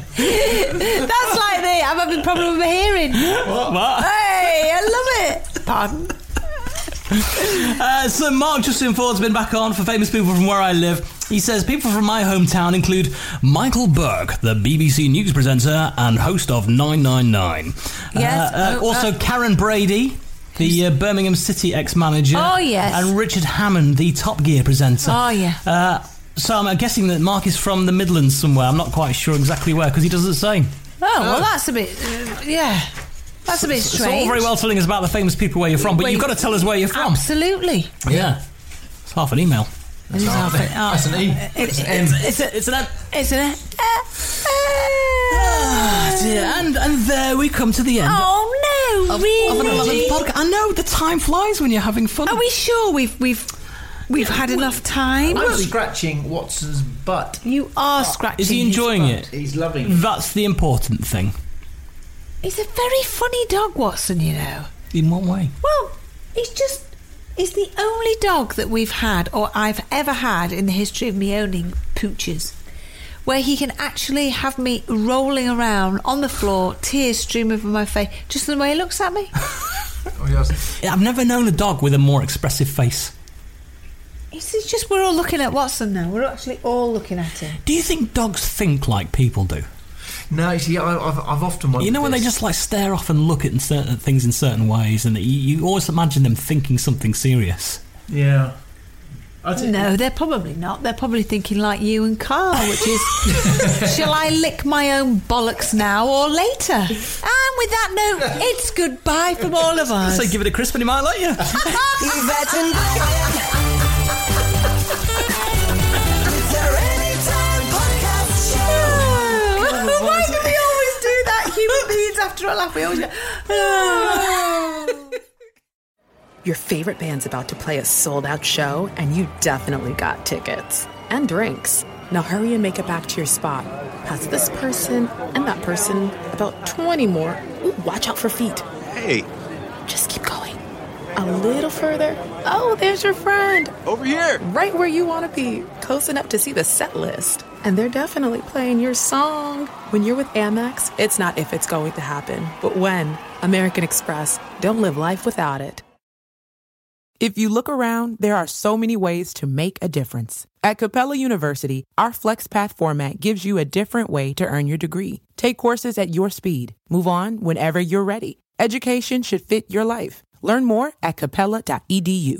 S3: That's like me. I'm having problem with my hearing.
S4: What? What?
S3: Hey, I love it. Pardon.
S4: Uh, so Mark Justin Ford's been back on for famous people from where I live. He says people from my hometown include Michael Berg, the BBC news presenter and host of 999.
S13: Yes,
S4: Uh, uh,
S13: oh,
S4: also
S13: uh,
S4: Karen Brady. The uh, Birmingham City ex-manager.
S13: Oh, yes.
S4: And Richard Hammond, the Top Gear presenter.
S13: Oh, yeah.
S4: Uh, so I'm guessing that Mark is from the Midlands somewhere. I'm not quite sure exactly where because he doesn't say.
S3: Oh well, that's a bit. Uh, yeah, that's a bit
S4: It's all
S3: strange.
S4: very well telling us about the famous people where you're from, but
S3: Wait.
S4: you've got to tell us where you're from.
S3: Absolutely.
S4: Yeah. It's half an email.
S3: That's half an- half- That's an E. It's an M.
S4: It's, a- it's an M.
S3: It's an. Uh,
S4: Ah, dear. And, and there we come to the end.
S13: Oh no!
S4: of-
S13: really?
S4: of an 11th podcast. I know the time flies when you're having fun.
S3: Are we sure we've we've we've had enough time?
S7: I'm scratching Watson's butt.
S3: You are scratching.
S4: Is he enjoying it?
S7: He's loving it.
S4: That's the important thing.
S3: He's a very funny dog, Watson. You know.
S4: In what way?
S3: Well, he's just. He's the only dog that we've had, or I've ever had in the history of me owning pooches, where he can actually have me rolling around on the floor, tears streaming from my face, just the way he looks at me.
S7: Oh,
S4: Yeah, I've never known a dog with a more expressive face.
S3: It's, it's just we're all looking at Watson now. We're actually all looking at him.
S4: Do you think dogs think like people do?
S7: No, you see, I, I've, I've often wondered.
S4: You know when they
S7: this.
S4: just like stare off and look at certain things in certain ways, and you, you always imagine them thinking something serious.
S7: Yeah.
S3: No, they're probably not. They're probably thinking like you and Carl, which is, shall I lick my own bollocks now or later? And with that note, it's goodbye from all of us.
S4: So give it a crisp and he might let you.
S6: Yvette and Diane. It's our anytime podcast show.
S3: Why do we always do that? Human beings, after a laugh, we always go,
S15: Your favorite band's about to play a sold out show, and you definitely got tickets and drinks. Now hurry and make it back to your spot. Pass this person and that person, about 20 more. Ooh, watch out for feet.
S16: Hey,
S15: Just keep going. A little further. Oh, there's your friend.
S16: Over here.
S15: Right where you want to be. Close enough to see the set list. And they're definitely playing your song. When you're with Amex, it's not if it's going to happen, but when. American Express. Don't live life without it.
S17: If you look around, there are so many ways to make a difference. At Capella University, our FlexPath format gives you a different way to earn your degree. Take courses at your speed. Move on whenever you're ready. Education should fit your life. Learn more at E capella.edu.